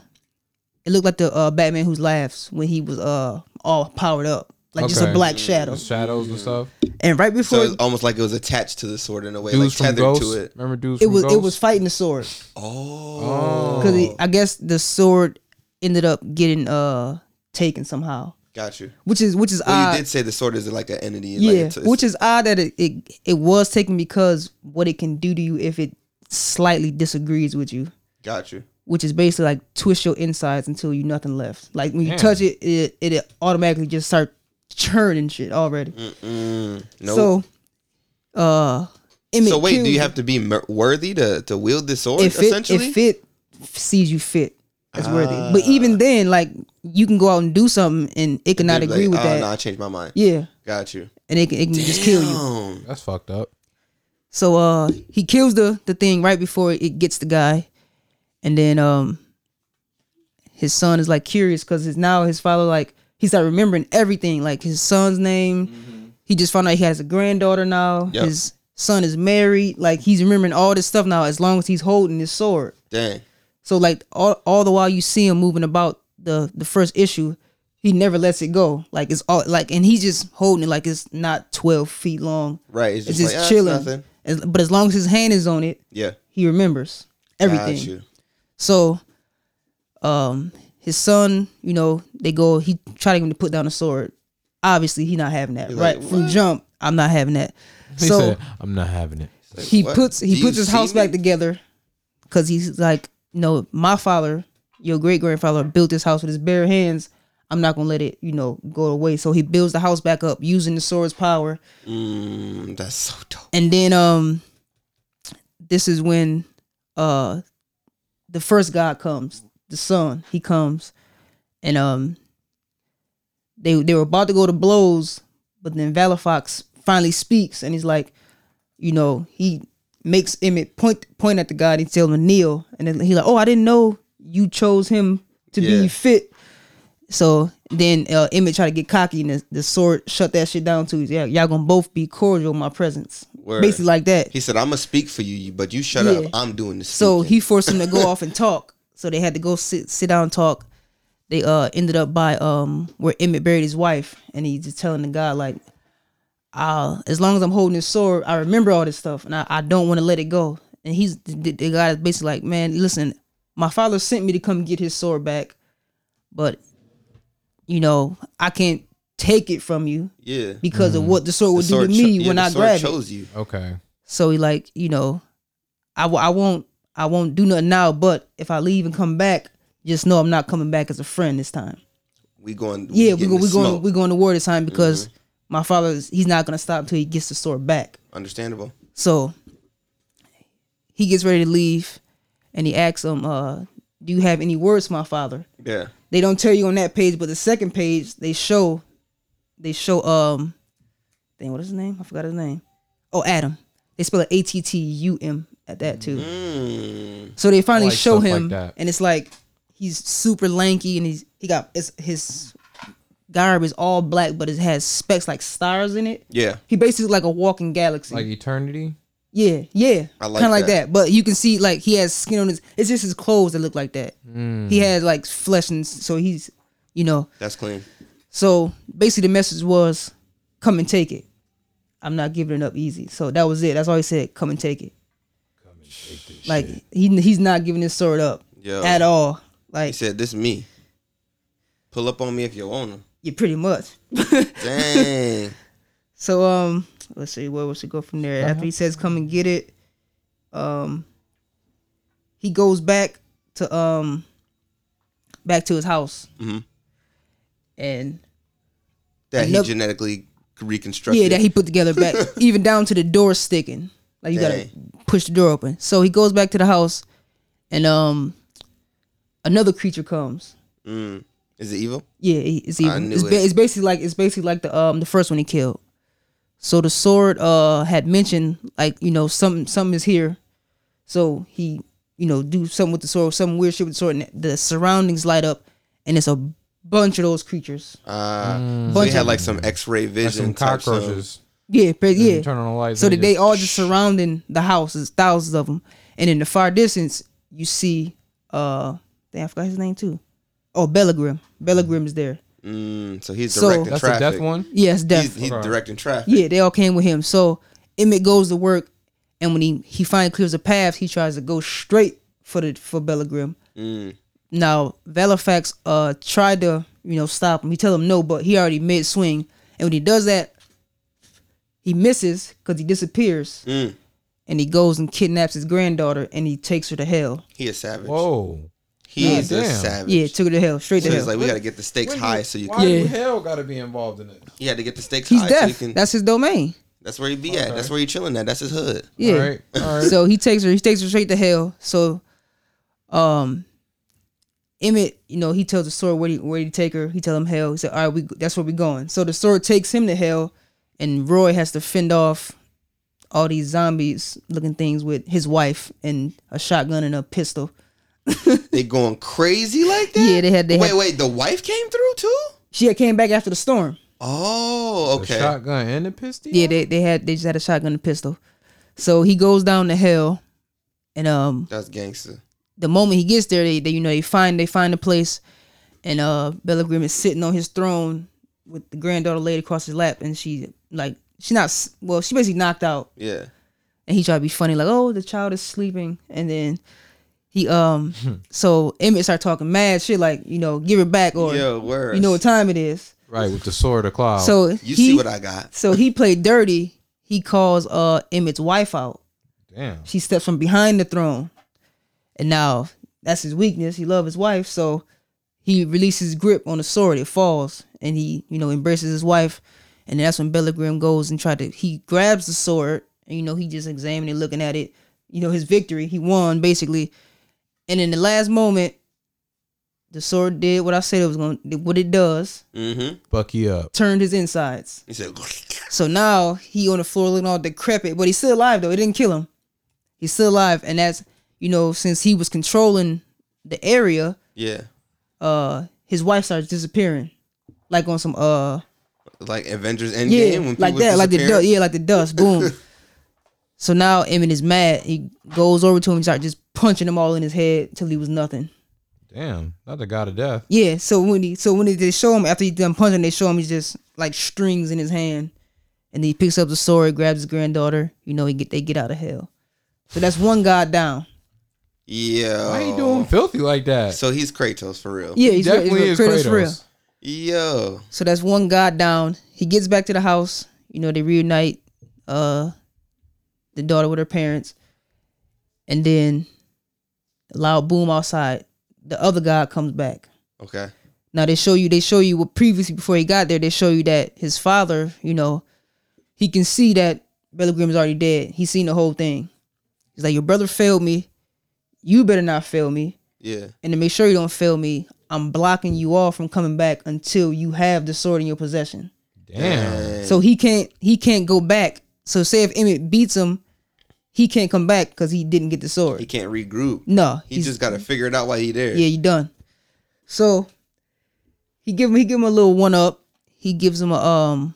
[SPEAKER 3] it looked like the uh Batman who laughs when he was uh all powered up. Like just a
[SPEAKER 2] Okay.
[SPEAKER 3] black shadow.
[SPEAKER 2] Shadows and stuff.
[SPEAKER 3] And right before
[SPEAKER 1] So uh, it's almost like it was attached to the sword in a way,
[SPEAKER 2] Dudes
[SPEAKER 1] like
[SPEAKER 2] from
[SPEAKER 1] tethered
[SPEAKER 2] Ghost.
[SPEAKER 1] to it.
[SPEAKER 2] Remember dudes
[SPEAKER 3] it
[SPEAKER 2] from
[SPEAKER 3] was
[SPEAKER 2] Ghost?
[SPEAKER 3] it was fighting the sword
[SPEAKER 1] Oh.
[SPEAKER 3] because I guess the sword ended up getting uh taken somehow,
[SPEAKER 1] Got you.
[SPEAKER 3] which is which is
[SPEAKER 1] Well, you
[SPEAKER 3] odd.
[SPEAKER 1] did say the sword is like an entity.
[SPEAKER 3] Uh, yeah,
[SPEAKER 1] like it's, it's-
[SPEAKER 3] which is odd that it, it it was taken because what it can do to you if it slightly disagrees with you,
[SPEAKER 1] got you.
[SPEAKER 3] which is basically like twist your insides until you nothing left. Like when you
[SPEAKER 2] Damn.
[SPEAKER 3] touch it, it it automatically just start churning shit already.
[SPEAKER 1] Mm. Mm-mm. No. So,
[SPEAKER 3] So, uh, Emmett
[SPEAKER 1] wait, do you
[SPEAKER 3] Till-
[SPEAKER 1] have to be mer- worthy to, to wield the sword?
[SPEAKER 3] if it
[SPEAKER 1] essentially, Ah.
[SPEAKER 3] if it sees you fit that's worthy. But even then, like you can go out and do something and it could not
[SPEAKER 1] You'd be
[SPEAKER 3] agree
[SPEAKER 1] like,
[SPEAKER 3] with
[SPEAKER 1] oh,
[SPEAKER 3] that.
[SPEAKER 1] No, I changed my mind.
[SPEAKER 3] Yeah,
[SPEAKER 1] Got you.
[SPEAKER 3] and it can, it can just kill you.
[SPEAKER 1] Damn.
[SPEAKER 2] That's fucked up.
[SPEAKER 3] So uh, he kills the the thing right before it gets the guy, and then um, his son is like curious because his now his father like he's like remembering everything like his son's name. He just found out he has a granddaughter now.
[SPEAKER 1] Yep.
[SPEAKER 3] His son is married. Like he's remembering all this stuff now as long as he's holding his sword.
[SPEAKER 1] Dang.
[SPEAKER 3] So like all, all the while you see him moving about the the first issue, he never lets it go. Like it's all like and he's just holding it like it's not twelve feet long.
[SPEAKER 1] Right. It's
[SPEAKER 3] It's
[SPEAKER 1] just,
[SPEAKER 3] just
[SPEAKER 1] like, ah, it's
[SPEAKER 3] chilling.
[SPEAKER 1] nothing.
[SPEAKER 3] As- but as long as his hand is on it,
[SPEAKER 1] Yeah.
[SPEAKER 3] he remembers everything.
[SPEAKER 1] Got you.
[SPEAKER 3] So um his son, you know, they go he tried to get him to put down the sword. Obviously he not having that.
[SPEAKER 1] He's
[SPEAKER 3] right
[SPEAKER 1] like,
[SPEAKER 3] from
[SPEAKER 1] "What?"
[SPEAKER 3] jump, I'm not having that.
[SPEAKER 2] [LAUGHS] He
[SPEAKER 3] so
[SPEAKER 2] said, "I'm not having it."
[SPEAKER 3] he
[SPEAKER 1] What?
[SPEAKER 3] puts he
[SPEAKER 1] Do
[SPEAKER 3] puts
[SPEAKER 1] you
[SPEAKER 3] his
[SPEAKER 1] see
[SPEAKER 3] house
[SPEAKER 1] me?
[SPEAKER 3] back together because he's like, you know, my father, your great grandfather built this house with his bare hands. I'm not gonna let it, you know, go away. So he builds the house back up using the sword's power,
[SPEAKER 1] Mm, that's so dope.
[SPEAKER 3] and then um, this is when uh, the first God comes, the son. He comes, and um, they they were about to go to blows, but then Valifox finally speaks, and he's like, you know, he makes Emmett point point at the guy and tell him kneel, and then he like, "Oh, I didn't know you chose him to
[SPEAKER 1] Yeah.
[SPEAKER 3] be fit." So then uh, Emmett try to get cocky, and the, the sword shut that shit down too. He's, Yeah, y'all gonna both be cordial in my presence,
[SPEAKER 1] Word.
[SPEAKER 3] basically like that.
[SPEAKER 1] He said, "I'm gonna speak for you, but you shut
[SPEAKER 3] Yeah.
[SPEAKER 1] up. I'm doing this."
[SPEAKER 3] So he forced him to
[SPEAKER 1] [LAUGHS]
[SPEAKER 3] go off and talk. So they had to go sit sit down and talk. They uh ended up by um where Emmett buried his wife, and he's just telling the guy like, "I'll as long as I'm holding this sword, I remember all this stuff, and I, I don't want to let it go." And he's the, the guy is basically like, "Man, listen, my father sent me to come get his sword back, but you know I can't take it from you
[SPEAKER 1] yeah,
[SPEAKER 3] because of what the sword
[SPEAKER 1] Mm-hmm. The
[SPEAKER 3] would do to
[SPEAKER 1] sword cho-
[SPEAKER 3] me
[SPEAKER 1] yeah,
[SPEAKER 3] when
[SPEAKER 1] the
[SPEAKER 3] I
[SPEAKER 1] sword
[SPEAKER 3] grab it."
[SPEAKER 1] chose you.
[SPEAKER 2] Okay.
[SPEAKER 3] So he like, you know, I, w- I won't I won't do nothing now, but if I leave and come back, just know I'm not coming back as a friend this time.
[SPEAKER 1] We going.
[SPEAKER 3] Yeah, we
[SPEAKER 1] getting
[SPEAKER 3] go,
[SPEAKER 1] the
[SPEAKER 3] we going
[SPEAKER 1] smoke. Mm-hmm.
[SPEAKER 3] we going to war this time because my father's he's not gonna stop until he gets the sword back.
[SPEAKER 1] Understandable.
[SPEAKER 3] So he gets ready to leave, and he asks him, uh, "Do you have any words, for my father?"
[SPEAKER 1] Yeah.
[SPEAKER 3] They don't tell you on that page, but the second page they show, they show um, thing what is his name? I forgot his name. Oh, Adam. They spell it A T T U M at that too.
[SPEAKER 1] Mm.
[SPEAKER 3] So they finally
[SPEAKER 2] like
[SPEAKER 3] show
[SPEAKER 2] stuff like
[SPEAKER 3] him,
[SPEAKER 2] that.
[SPEAKER 3] and it's like he's super lanky, and he's he got it's, his garb is all black, but it has specks like stars in it.
[SPEAKER 1] Yeah.
[SPEAKER 3] He basically like a walking galaxy.
[SPEAKER 2] Like eternity.
[SPEAKER 3] yeah, yeah,
[SPEAKER 1] I like
[SPEAKER 3] kind of like
[SPEAKER 1] that.
[SPEAKER 3] that. But you can see like he has skin on his. It's just his clothes that look like that. He has like flesh, and s- so he's you know.
[SPEAKER 1] That's clean.
[SPEAKER 3] So basically, the message was, come and take it. I'm not giving it up easy. So that was it. That's all he said. Come and take it. Like he he's not giving his sword up
[SPEAKER 1] Yo.
[SPEAKER 3] at all. Like
[SPEAKER 1] He said, "This me. Pull up on me if you want to."
[SPEAKER 3] yeah, pretty much. [LAUGHS]
[SPEAKER 1] Dang.
[SPEAKER 3] so um, let's see where we should go from there. After he says, "Come and get it," um, he goes back to um, back to his house,
[SPEAKER 1] Mhm.
[SPEAKER 3] and
[SPEAKER 1] that he
[SPEAKER 3] Another-
[SPEAKER 1] genetically reconstructed.
[SPEAKER 3] yeah, that he put together back, even down to the door sticking. Like you gotta push the door open. So he goes back to the house, and um, another creature comes.
[SPEAKER 1] mm. Is it evil?
[SPEAKER 3] Yeah, he- it's evil.
[SPEAKER 1] knew
[SPEAKER 3] It's, ba-
[SPEAKER 1] it.
[SPEAKER 3] it's basically like it's basically like the um the first one he killed. So the sword uh had mentioned like you know some something is here, so he you know do something with the sword, some weird shit with the sword, and the surroundings light up, and it's a bunch of those creatures.
[SPEAKER 1] Uh, So he
[SPEAKER 3] Bunch
[SPEAKER 1] had
[SPEAKER 3] of-
[SPEAKER 1] like some X-ray
[SPEAKER 2] Mm. Like
[SPEAKER 1] vision.
[SPEAKER 2] some
[SPEAKER 1] type stuff.
[SPEAKER 2] cockroaches.
[SPEAKER 3] Yeah, but yeah.
[SPEAKER 2] You turn on the lights.
[SPEAKER 3] So
[SPEAKER 2] and
[SPEAKER 3] that they all just surrounding the houses, thousands of them, and in the far distance you see uh, damn, I forgot his name too. Oh, Bellegrim. Bellegrim is there.
[SPEAKER 1] Mm, so he's
[SPEAKER 3] So-
[SPEAKER 1] directing
[SPEAKER 2] That's
[SPEAKER 1] traffic.
[SPEAKER 2] the death one.
[SPEAKER 3] Yes, death.
[SPEAKER 1] He's, he's
[SPEAKER 2] Okay.
[SPEAKER 1] directing traffic.
[SPEAKER 3] Yeah, they all came with him. So Emmett goes to work, and when he he finally clears the path, he tries to go straight for the for Bellegrim.
[SPEAKER 1] Mm.
[SPEAKER 3] Now Valifax uh tried to you know stop him. He tell him no, but he already mid swing, and when he does that, he misses because he disappears,
[SPEAKER 1] Mm.
[SPEAKER 3] and he goes and kidnaps his granddaughter, and he takes her to hell.
[SPEAKER 1] He is savage.
[SPEAKER 2] Whoa.
[SPEAKER 1] He's
[SPEAKER 2] God
[SPEAKER 1] a
[SPEAKER 2] damn.
[SPEAKER 1] savage.
[SPEAKER 3] Yeah, took her to hell, straight
[SPEAKER 1] So
[SPEAKER 3] to
[SPEAKER 1] he's
[SPEAKER 3] hell.
[SPEAKER 1] like, we gotta get the stakes high so you
[SPEAKER 2] Why
[SPEAKER 1] can.
[SPEAKER 2] do
[SPEAKER 3] Yeah.
[SPEAKER 2] hell got to be involved in it?
[SPEAKER 1] He had to get the stakes
[SPEAKER 3] He's
[SPEAKER 1] high so you
[SPEAKER 3] deaf.
[SPEAKER 1] can. That's,
[SPEAKER 3] That's his domain.
[SPEAKER 1] where he be at. That's
[SPEAKER 2] Okay.
[SPEAKER 1] where he chilling at. That's his hood.
[SPEAKER 3] Yeah.
[SPEAKER 2] All right. All right.
[SPEAKER 3] So he takes her. He takes her straight to hell. So, um, Emmett, you know, he tells the sword where he where he take her. He tell him hell. He said, "All right, we that's where we going." So the sword takes him to hell, and Roy has to fend off all these zombies looking things with his wife and a shotgun and a pistol.
[SPEAKER 1] They going crazy like that.
[SPEAKER 3] Yeah, they had they
[SPEAKER 1] wait,
[SPEAKER 3] had,
[SPEAKER 1] wait. The wife came through too.
[SPEAKER 3] she had came back after the storm.
[SPEAKER 1] Oh,
[SPEAKER 2] The
[SPEAKER 1] okay.
[SPEAKER 2] shotgun and the pistol.
[SPEAKER 3] Yeah, they they had they just had a shotgun and pistol. So he goes down to hell, and um,
[SPEAKER 1] That's gangster.
[SPEAKER 3] the moment he gets there, they, they you know they find they find a place, and uh Bellegrim is sitting on his throne with the granddaughter laid across his lap, and she like she not s- well she basically knocked out,
[SPEAKER 1] Yeah.
[SPEAKER 3] and he tried to be funny like oh the child is sleeping, and then he um so Emmett start talking mad shit like you know give it back or
[SPEAKER 1] Yo, word.
[SPEAKER 3] you know what time it is,
[SPEAKER 2] Right with the sword of cloud.
[SPEAKER 3] so
[SPEAKER 1] Oh, You
[SPEAKER 3] he
[SPEAKER 1] see what I got.
[SPEAKER 3] so he played dirty. He calls uh Emmett's wife out.
[SPEAKER 2] damn.
[SPEAKER 3] She steps from behind the throne. And now that's his weakness. He loves his wife, so he releases his grip on the sword. It falls, and he, you know, embraces his wife. And that's when Bellegrim goes and try to. He grabs the sword, and you know, he just examining, it, looking at it. You know, his victory. He won basically. And in the last moment, the sword did what I said it was going. to What it does,
[SPEAKER 1] Mm-hmm.
[SPEAKER 2] Bucky up.
[SPEAKER 3] turned his insides.
[SPEAKER 1] He said.
[SPEAKER 3] So now he on the floor looking all decrepit, but he's still alive though. It didn't kill him. He's still alive, and that's you know since he was controlling the area,
[SPEAKER 1] Yeah,
[SPEAKER 3] uh, his wife starts disappearing, like on some uh
[SPEAKER 1] like Avengers Endgame
[SPEAKER 3] yeah,
[SPEAKER 1] when
[SPEAKER 3] like
[SPEAKER 1] people
[SPEAKER 3] that, like the
[SPEAKER 1] disappear.
[SPEAKER 3] dust, yeah, like the
[SPEAKER 1] [LAUGHS]
[SPEAKER 3] dust, boom. so now Emmett is mad. He goes over to him, starts just punching him all in his head till he was nothing.
[SPEAKER 2] Damn, not the god of death.
[SPEAKER 3] Yeah. So when he, so when they- they show him after he done punching, they show him he's just like strings in his hand, and he picks up the sword, grabs his granddaughter. You know, he get they get out of hell. So that's one god down.
[SPEAKER 1] Yo.
[SPEAKER 2] Why you doing filthy like that?
[SPEAKER 1] Oh. So he's Kratos for real.
[SPEAKER 3] Yeah, he's,
[SPEAKER 2] Definitely is
[SPEAKER 3] he's Kratos for real.
[SPEAKER 2] Kratos.
[SPEAKER 1] Yo.
[SPEAKER 3] So that's one god down. He gets back to the house. You know, they reunite uh the daughter with her parents. And then a loud boom outside. The other god comes back.
[SPEAKER 1] Okay.
[SPEAKER 3] Now they show you they show you what previously before he got there, they show you that his father, you know, he can see that Brother Grimm's already dead. He's seen the whole thing. He's like, Your brother failed me. You better not fail me.
[SPEAKER 1] Yeah.
[SPEAKER 3] And to make sure you don't fail me, I'm blocking you all from coming back until you have the sword in your possession.
[SPEAKER 2] Damn.
[SPEAKER 1] And-
[SPEAKER 3] So he can't he can't go back. So say if Emmett beats him, he can't come back because he didn't get the
[SPEAKER 1] he
[SPEAKER 3] sword.
[SPEAKER 1] can't regroup.
[SPEAKER 3] No,
[SPEAKER 1] He just got to figure it out while he there.
[SPEAKER 3] yeah, you done. So he give him he give him a little one up. He gives him a um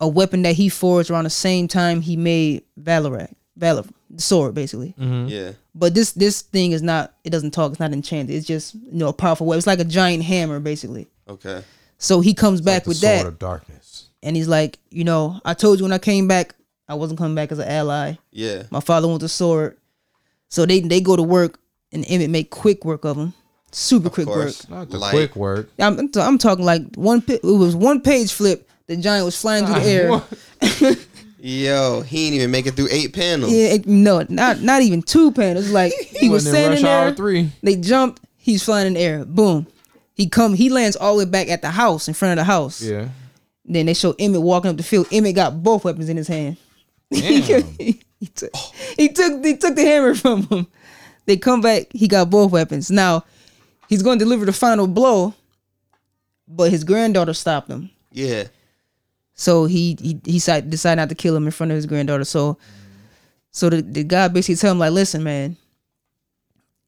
[SPEAKER 3] a weapon that he forged around the same time he made Valorak, Valor the sword basically.
[SPEAKER 2] Mm-hmm.
[SPEAKER 1] Yeah.
[SPEAKER 3] But this this thing is not it doesn't talk. It's not enchanted. It's just you know a powerful weapon. It's like a giant hammer basically.
[SPEAKER 1] Okay.
[SPEAKER 3] So he comes back
[SPEAKER 2] The
[SPEAKER 3] with
[SPEAKER 2] sword
[SPEAKER 3] that.
[SPEAKER 2] of darkness.
[SPEAKER 3] and he's like, you know, I told you when I came back, I wasn't coming back as an ally.
[SPEAKER 1] Yeah.
[SPEAKER 3] My father wants a sword, so they they go to work, and Emmett make quick work of him, super
[SPEAKER 1] Of
[SPEAKER 3] quick work.
[SPEAKER 1] course.
[SPEAKER 2] Not the
[SPEAKER 1] Like,
[SPEAKER 2] quick work.
[SPEAKER 3] I'm I'm t- I'm talking like one pi- it was one page flip. The giant was flying through the
[SPEAKER 2] [LAUGHS]
[SPEAKER 3] air.
[SPEAKER 1] Yo, he ain't even make it through eight panels.
[SPEAKER 3] Yeah, it- no, not not even two panels.
[SPEAKER 2] [LAUGHS]
[SPEAKER 3] Like he was
[SPEAKER 2] Wasn't in
[SPEAKER 3] standing
[SPEAKER 2] Rush Hour
[SPEAKER 3] there. [LAUGHS]
[SPEAKER 2] three.
[SPEAKER 3] They jumped. He's flying in the air. Boom. He come. He lands all the way back at the house in front of the house.
[SPEAKER 2] Yeah.
[SPEAKER 3] Then they show Emmett walking up the field. Emmett got both weapons in his hand. he,
[SPEAKER 2] Damn.
[SPEAKER 3] he took,
[SPEAKER 2] Oh.
[SPEAKER 3] he took he took the hammer [LAUGHS] from him. They come back. He got both weapons. Now he's going to deliver the final blow, but his granddaughter stopped him.
[SPEAKER 1] Yeah.
[SPEAKER 3] So he he, he decided, decided not to kill him in front of his granddaughter. So so the, the guy basically tell him like, listen, man,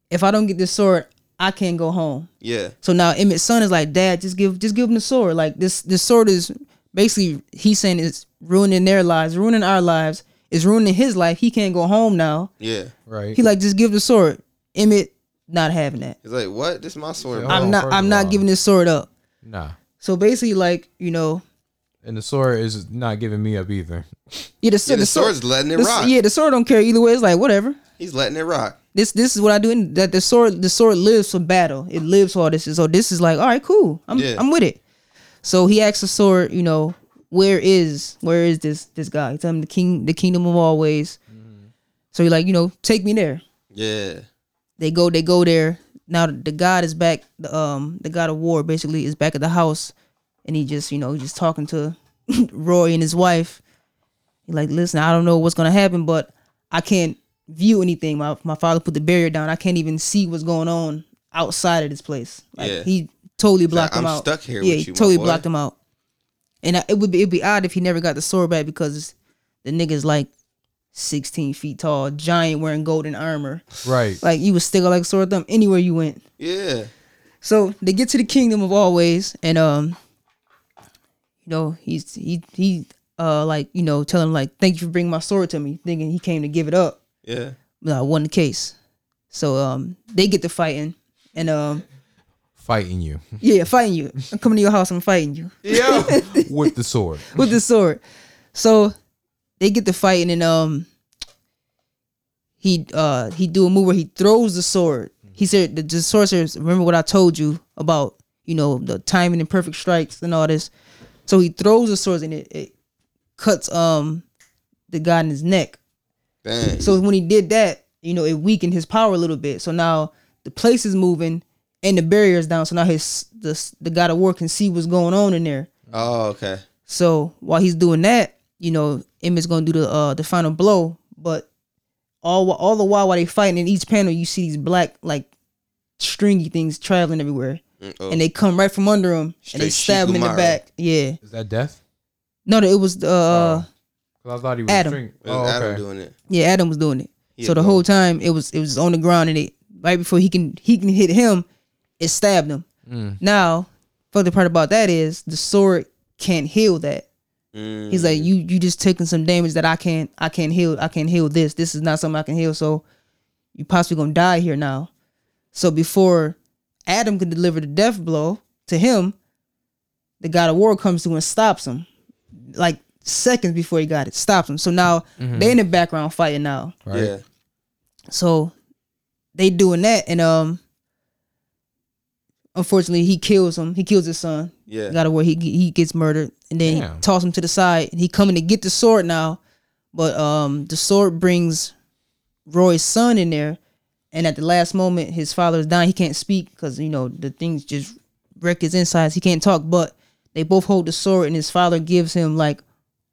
[SPEAKER 3] if I don't get this sword, I can't go home.
[SPEAKER 1] Yeah.
[SPEAKER 3] So now Emmett's son is like, Dad, just give just give him the sword. Like this this sword is basically he's saying it's ruining their lives, ruining our lives, it's ruining his life. He can't go home now.
[SPEAKER 1] Yeah.
[SPEAKER 2] Right.
[SPEAKER 3] He like just give the sword. Emmett not having that.
[SPEAKER 1] He's like, what? This my sword.
[SPEAKER 2] Yeah.
[SPEAKER 1] bro.
[SPEAKER 3] I'm
[SPEAKER 2] Oh,
[SPEAKER 3] not
[SPEAKER 2] first
[SPEAKER 3] I'm
[SPEAKER 2] of
[SPEAKER 3] not
[SPEAKER 2] all.
[SPEAKER 3] giving this sword up.
[SPEAKER 2] nah.
[SPEAKER 3] So basically, like, you know,
[SPEAKER 2] And the sword is not giving me up either.
[SPEAKER 3] yeah, the,
[SPEAKER 1] Yeah,
[SPEAKER 3] sword
[SPEAKER 1] the,
[SPEAKER 3] the sword
[SPEAKER 1] sword's letting it
[SPEAKER 3] the-
[SPEAKER 1] rock.
[SPEAKER 3] yeah, the sword don't care either way. It's like whatever.
[SPEAKER 1] He's letting it rock.
[SPEAKER 3] This this is what I do. And that the sword the sword lives for battle. It lives for all this. So this is like all right, cool. I'm
[SPEAKER 1] Yeah.
[SPEAKER 3] I'm with it. So he asks the sword, you know, where is where is this this guy? He tell him the king the kingdom of always. So he like you know take me there.
[SPEAKER 1] Yeah.
[SPEAKER 3] They go they go there. Now the, the god is back. The um the god of war basically is back at the house, and he just you know just talking to [LAUGHS] Roy and his wife. He like listen, I don't know what's gonna happen, but I can't view anything. My my father put the barrier down. I can't even see what's going on outside of this place. Like
[SPEAKER 1] Yeah.
[SPEAKER 3] he totally
[SPEAKER 1] like,
[SPEAKER 3] blocked him
[SPEAKER 1] "I'm
[SPEAKER 3] out.
[SPEAKER 1] stuck here
[SPEAKER 3] Yeah,
[SPEAKER 1] with
[SPEAKER 3] he
[SPEAKER 1] you, my
[SPEAKER 3] totally
[SPEAKER 1] boy.
[SPEAKER 3] blocked him out. And I, it would be it'd be odd if he never got the sword back because the nigga's like sixteen feet tall, giant, wearing golden armor.
[SPEAKER 2] Right.
[SPEAKER 3] Like you would stick out like a sore thumb anywhere you went.
[SPEAKER 1] Yeah.
[SPEAKER 3] So they get to the kingdom of always, and um, you know he's he he uh like you know telling him like thank you for bringing my sword to me, thinking he came to give it up.
[SPEAKER 1] Yeah.
[SPEAKER 3] But I won the case, so um they get to fighting, and um [LAUGHS]
[SPEAKER 2] Fighting you.
[SPEAKER 3] yeah fighting you. I'm coming to your house. I'm fighting you
[SPEAKER 1] Yeah.
[SPEAKER 2] With the sword.
[SPEAKER 3] with the sword. So they get to fighting, and um he uh he do a move where he throws the sword. He said the, the sorcerer remember what I told you about you know the timing and perfect strikes and all this. So he throws the sword and it, it cuts um the guy in his neck.
[SPEAKER 1] Dang.
[SPEAKER 3] So when he did that, you know it weakened his power a little bit. So now the place is moving and the barrier is down. So now his the the god of war can see what's going on in there.
[SPEAKER 1] Oh, okay.
[SPEAKER 3] So while he's doing that, you know, Emmett's gonna do the uh the final blow. But all wh- all the while while they fighting in each panel, you see these black like stringy things traveling everywhere,
[SPEAKER 1] Mm, oh.
[SPEAKER 3] and they come right from under him and
[SPEAKER 1] Straight
[SPEAKER 3] they stab him in the
[SPEAKER 1] Shikamaru.
[SPEAKER 3] back. Yeah,
[SPEAKER 2] Is that death?
[SPEAKER 3] no, no, it was uh
[SPEAKER 2] Because I thought he was
[SPEAKER 3] Adam.
[SPEAKER 2] drink- Oh,
[SPEAKER 1] It was Adam doing it.
[SPEAKER 3] yeah Adam was doing it.
[SPEAKER 1] He
[SPEAKER 3] so
[SPEAKER 1] had
[SPEAKER 3] the
[SPEAKER 1] gone.
[SPEAKER 3] whole time it was it was on the ground, and it right before he can he can hit him, it stabbed him.
[SPEAKER 2] Mm.
[SPEAKER 3] Now, fuck the part about that is the sword can't heal that.
[SPEAKER 1] Mm.
[SPEAKER 3] He's like, you you just taking some damage that I can't I can't heal. I can't heal this. This is not something I can heal. So you possibly gonna die here now. So before Adam could deliver the death blow to him, the God of War comes through and stops him. Like seconds before he got it, stops him. So now they in the background fighting now.
[SPEAKER 2] Right.
[SPEAKER 1] yeah.
[SPEAKER 3] So they doing that and um unfortunately he kills him. He kills his son.
[SPEAKER 1] Yeah.
[SPEAKER 3] Got to where he he gets murdered, and then
[SPEAKER 2] Damn.
[SPEAKER 3] he toss him to the side. And he coming to get the sword now, but um, the sword brings Roy's son in there, and at the last moment, his father is dying. He can't speak because you know the things just wreck his insides. He can't talk, but they both hold the sword, and his father gives him like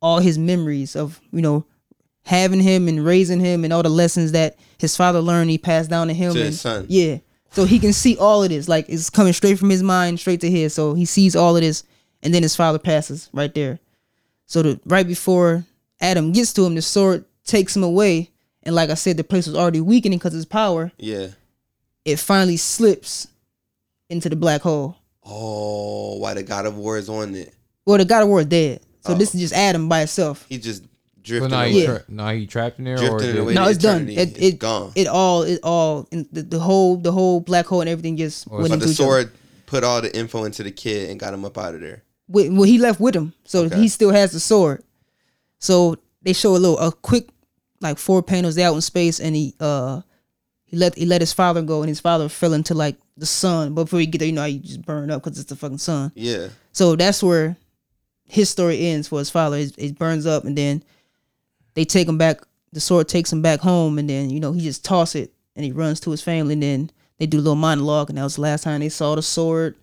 [SPEAKER 3] all his memories of you know having him and raising him and all the lessons that his father learned. He passed down to him
[SPEAKER 1] To
[SPEAKER 3] and
[SPEAKER 1] his son.
[SPEAKER 3] yeah. So he can see all of this. Like it's coming straight from his mind, straight to his. So he sees all of this and then his father passes right there. So the right before Adam gets to him, the sword takes him away. And like I said, the place was already weakening because of his power.
[SPEAKER 1] Yeah.
[SPEAKER 3] It finally slips into the black hole.
[SPEAKER 1] Oh, why the God of War is on it?
[SPEAKER 3] Well, the God of War is dead. So
[SPEAKER 1] Oh.
[SPEAKER 3] this is just Adam by itself.
[SPEAKER 1] He just
[SPEAKER 2] But
[SPEAKER 1] drifting
[SPEAKER 2] now
[SPEAKER 1] away.
[SPEAKER 2] he,
[SPEAKER 3] Yeah.
[SPEAKER 2] tra- now he trapped in there, or
[SPEAKER 1] Drifting
[SPEAKER 2] did,
[SPEAKER 1] it away.
[SPEAKER 3] No,
[SPEAKER 1] to
[SPEAKER 3] it's done.
[SPEAKER 1] eternity.
[SPEAKER 3] It,
[SPEAKER 1] It's
[SPEAKER 3] it
[SPEAKER 1] gone.
[SPEAKER 3] It all, it all, and the, the whole, the whole black hole and everything just
[SPEAKER 2] Oh,
[SPEAKER 3] went
[SPEAKER 1] But
[SPEAKER 3] into
[SPEAKER 1] the
[SPEAKER 3] each other.
[SPEAKER 1] sword put all the info into the kid and got him up out of there.
[SPEAKER 3] with, well, he left with him, so
[SPEAKER 1] Okay.
[SPEAKER 3] he still has the sword. So they show a little, a quick, like four panels. They out in space, and he uh he let he let his father go, and his father fell into like the sun. But before you get there, you know how you just burn up because it's the fucking sun.
[SPEAKER 1] Yeah.
[SPEAKER 3] So that's where his story ends for his father. It, it burns up, and then they take him back. The sword takes him back home, and then you know he just toss it, and he runs to his family. And then they do a little monologue, and that was the last time they saw the sword.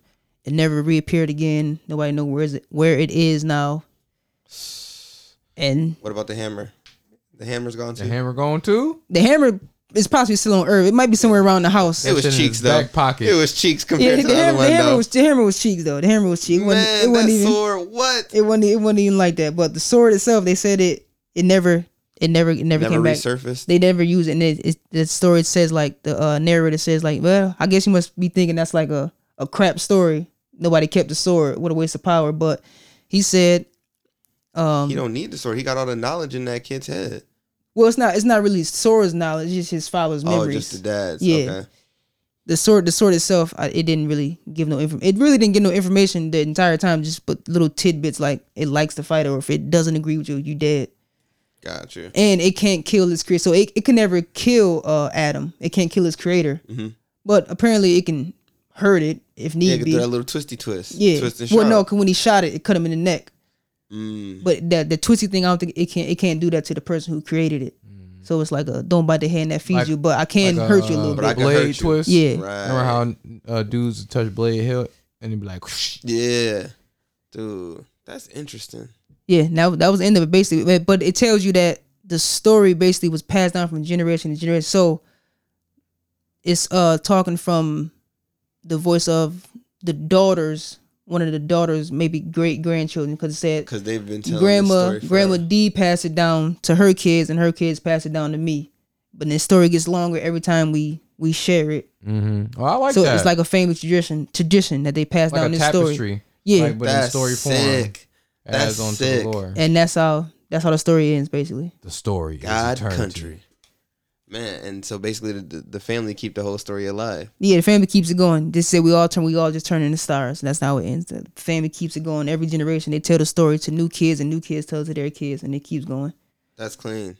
[SPEAKER 3] It never reappeared again. Nobody know where is it, where it is now. And
[SPEAKER 1] What about the hammer? The hammer's gone
[SPEAKER 2] the
[SPEAKER 1] too.
[SPEAKER 2] hammer going too?
[SPEAKER 3] the hammer is possibly still on Earth. It might be somewhere around the house.
[SPEAKER 1] it was
[SPEAKER 2] It's in his
[SPEAKER 1] cheeks though.
[SPEAKER 2] back pocket.
[SPEAKER 1] It was cheeks
[SPEAKER 3] yeah,
[SPEAKER 1] compared
[SPEAKER 3] the,
[SPEAKER 1] to the other
[SPEAKER 3] hammer, the
[SPEAKER 1] one
[SPEAKER 3] hammer
[SPEAKER 1] though.
[SPEAKER 3] was the hammer was cheeks though. The hammer was cheeks. It wasn't-
[SPEAKER 1] Man,
[SPEAKER 3] it wasn't
[SPEAKER 1] that
[SPEAKER 3] even,
[SPEAKER 1] sword. What?
[SPEAKER 3] it wasn't it wasn't even like that. But the sword itself, they said it it never it never it never,
[SPEAKER 1] Never
[SPEAKER 3] came back.
[SPEAKER 1] resurfaced.
[SPEAKER 3] They never used it. And it, it, the story says like the uh, narrator says like, well, I guess you must be thinking that's like a a crap story. Nobody kept the sword. What a waste of power. But he said, um,
[SPEAKER 1] He don't need the sword. He got all the knowledge in that kid's head.
[SPEAKER 3] well, it's not it's not really sword's knowledge. It's just his father's
[SPEAKER 1] Oh,
[SPEAKER 3] memories.
[SPEAKER 1] just the dad's.
[SPEAKER 3] Yeah.
[SPEAKER 1] Okay.
[SPEAKER 3] the sword the sword itself I, it didn't really give no inform it really didn't give no information the entire time just but little tidbits like it likes to fight or if it doesn't agree with you you dead
[SPEAKER 1] Got you.
[SPEAKER 3] and it can't kill its creator. So it, it can never kill uh, Adam. It can't kill its creator.
[SPEAKER 1] Mhm.
[SPEAKER 3] But apparently it can hurt it if
[SPEAKER 1] Yeah,
[SPEAKER 3] need
[SPEAKER 1] get
[SPEAKER 3] be.
[SPEAKER 1] that little twisty twist.
[SPEAKER 3] yeah.
[SPEAKER 1] Twist and
[SPEAKER 3] well,
[SPEAKER 1] shout.
[SPEAKER 3] no, 'cause when he shot it, it cut him in the neck.
[SPEAKER 1] Mm.
[SPEAKER 3] But that the twisty thing, I don't think it can't it can't do that to the person who created it. So it's like a don't bite the hand that feeds
[SPEAKER 2] Mm. Like-
[SPEAKER 3] you, but I can
[SPEAKER 2] Like,
[SPEAKER 3] hurt you a
[SPEAKER 2] uh,
[SPEAKER 3] little
[SPEAKER 1] But I
[SPEAKER 3] bit.
[SPEAKER 1] can hurt
[SPEAKER 2] blade
[SPEAKER 1] you.
[SPEAKER 2] twist.
[SPEAKER 3] Yeah.
[SPEAKER 1] Right.
[SPEAKER 2] Remember how uh, dudes would touch blade hilt and they'd be like,
[SPEAKER 1] Yeah. Dude, that's interesting.
[SPEAKER 3] Yeah, now that was the end of it basically. But- But it tells you that the story basically was passed down from generation to generation. So it's uh talking from the voice of the daughters, one of the daughters, maybe great grandchildren, because it said
[SPEAKER 1] Because they've been telling
[SPEAKER 3] grandma
[SPEAKER 1] this story
[SPEAKER 3] grandma
[SPEAKER 1] forever.
[SPEAKER 3] D passed it down to her kids and her kids passed it down to me. But the story gets longer every time we we share it.
[SPEAKER 2] mm-hmm. "Oh, I like
[SPEAKER 3] so
[SPEAKER 2] that."
[SPEAKER 3] it's like a family tradition tradition that they pass
[SPEAKER 2] Like
[SPEAKER 3] down
[SPEAKER 2] a
[SPEAKER 3] this
[SPEAKER 2] tapestry,
[SPEAKER 3] story. Yeah.
[SPEAKER 2] like, but in
[SPEAKER 1] That's
[SPEAKER 2] story form,
[SPEAKER 1] sick. That's
[SPEAKER 2] adds on to
[SPEAKER 1] sick.
[SPEAKER 2] the lore.
[SPEAKER 3] and that's how that's how the story ends basically.
[SPEAKER 2] The story,
[SPEAKER 1] God
[SPEAKER 2] is eternity.
[SPEAKER 1] country. Man, and so basically the, the, the family keep the whole story alive.
[SPEAKER 3] Yeah, the family keeps it going. This said we all turn, we all just turn into stars, and that's not how it ends. The family keeps it going. Every generation, they tell the story to new kids, and new kids tell it to their kids, and it keeps going.
[SPEAKER 1] That's clean.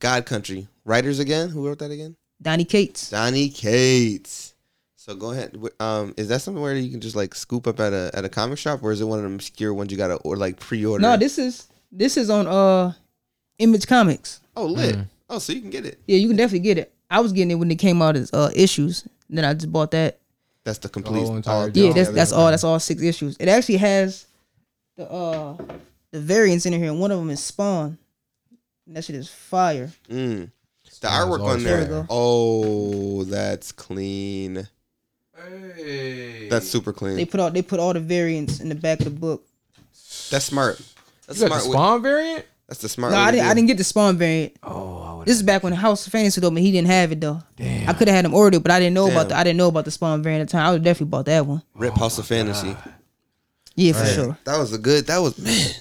[SPEAKER 1] God country. Writers again? Who wrote that again?
[SPEAKER 3] Donnie Cates.
[SPEAKER 1] Donnie Cates. So go ahead. W- Um, is that somewhere you can just like scoop up at a at a comic shop, or is it one of them obscure ones you gotta or like pre-order?
[SPEAKER 3] No, this is this is on uh Image Comics.
[SPEAKER 1] oh lit.
[SPEAKER 2] Mm.
[SPEAKER 1] Oh, so you can get it.
[SPEAKER 3] Yeah, you can definitely get it. I was getting it when it came out as uh issues. and Then I just bought that.
[SPEAKER 1] That's the complete.
[SPEAKER 2] whole entire
[SPEAKER 1] all-
[SPEAKER 2] deal.
[SPEAKER 3] Yeah,
[SPEAKER 1] all
[SPEAKER 3] that's
[SPEAKER 1] together.
[SPEAKER 3] that's all. That's all six issues. It actually has the uh the variants in here, and one of them is Spawn. And that shit is fire.
[SPEAKER 1] Mm. The
[SPEAKER 2] Yeah,
[SPEAKER 1] artwork
[SPEAKER 2] it's
[SPEAKER 1] on
[SPEAKER 2] always
[SPEAKER 1] there.
[SPEAKER 3] fire.
[SPEAKER 1] Oh, that's clean.
[SPEAKER 2] Hey,
[SPEAKER 1] That's super clean.
[SPEAKER 3] They put all they put all the variants in the back of the book.
[SPEAKER 1] That's smart. That's
[SPEAKER 2] you got the
[SPEAKER 1] smart. way-
[SPEAKER 2] spawn variant.
[SPEAKER 1] that's the smart.
[SPEAKER 3] No,
[SPEAKER 1] way
[SPEAKER 3] I
[SPEAKER 1] to
[SPEAKER 3] didn't.
[SPEAKER 1] do
[SPEAKER 3] I
[SPEAKER 1] it.
[SPEAKER 3] didn't get the spawn variant.
[SPEAKER 2] Oh, I
[SPEAKER 4] know
[SPEAKER 3] This is back when the House of Fantasy told me he didn't have it though. Damn. I could have had him ordered, but I didn't know about
[SPEAKER 1] Damn.
[SPEAKER 3] the I didn't know about the Spawn variant at the time. I would definitely bought that one.
[SPEAKER 1] Rip House of Fantasy.
[SPEAKER 2] Oh,
[SPEAKER 3] Yeah, for sure.
[SPEAKER 1] That was a good. That was man. [LAUGHS]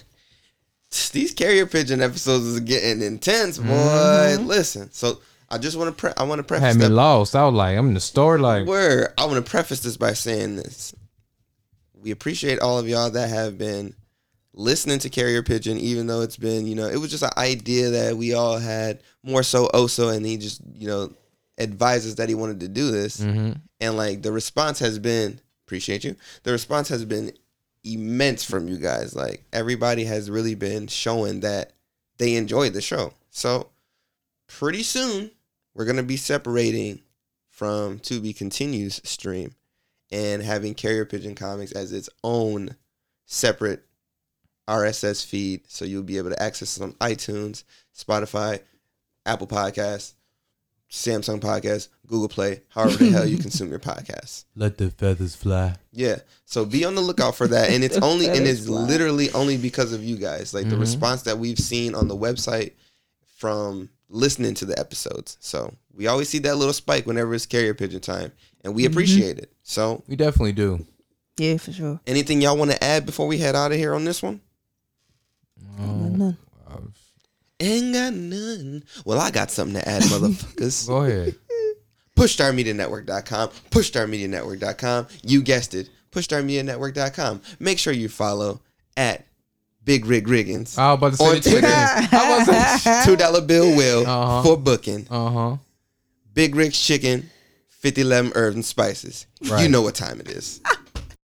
[SPEAKER 1] These carrier pigeon episodes is getting intense,
[SPEAKER 2] Mm-hmm.
[SPEAKER 1] boy. Listen, so I just want to. Pre- I want to preface
[SPEAKER 2] Had me
[SPEAKER 1] that
[SPEAKER 2] lost. I was like, I'm in the store. Like,
[SPEAKER 1] word. I want to preface this by saying this. We appreciate all of y'all that have been listening to Carrier Pigeon, even though it's been, you know, it was just an idea that we all had more so Oso, and he just, you know, advises that he wanted to do this.
[SPEAKER 2] Mm. mm-hmm.
[SPEAKER 1] And like the response has been, appreciate you. The response has been immense from you guys. Like everybody has really been showing that they enjoyed the show. So pretty soon we're going to be separating from To Be Continues stream and having Carrier Pigeon Comics as its own separate RSS feed. So you'll be able to access it on iTunes, Spotify, Apple Podcasts, Samsung Podcasts, Google Play, however the hell you consume your podcasts.
[SPEAKER 2] let the feathers fly.
[SPEAKER 1] Yeah. So be on the lookout for that. And it's only and it's
[SPEAKER 3] Satisfied.
[SPEAKER 1] literally only because of you guys. Like the
[SPEAKER 2] Mhm.
[SPEAKER 1] response that we've seen on the website from listening to the episodes. So we always see that little spike whenever it's carrier pigeon time. And we appreciate it. So
[SPEAKER 2] We definitely do.
[SPEAKER 3] Yeah, for sure.
[SPEAKER 1] anything y'all want to add before we head out of here on this one?
[SPEAKER 3] None.
[SPEAKER 2] Uh,
[SPEAKER 1] Ain't got none. Well, I got something to add,
[SPEAKER 2] [LAUGHS]
[SPEAKER 1] motherfuckers.
[SPEAKER 2] Go ahead.
[SPEAKER 1] pushdarmedianetwork.com, pushdarmedianetwork.com. You guessed it, pushdarmedianetwork.com. Make sure you follow at Big Rig Riggins,
[SPEAKER 2] I was about to say
[SPEAKER 1] On
[SPEAKER 2] the chicken.
[SPEAKER 1] Twitter.
[SPEAKER 2] I was about to
[SPEAKER 3] [LAUGHS]
[SPEAKER 2] say.
[SPEAKER 1] two dollar bill will
[SPEAKER 2] Uh-huh.
[SPEAKER 1] for booking.
[SPEAKER 2] Uh huh.
[SPEAKER 1] Big Rig's chicken, fifty eleven herbs and spices.
[SPEAKER 2] Right.
[SPEAKER 1] You know what time it is.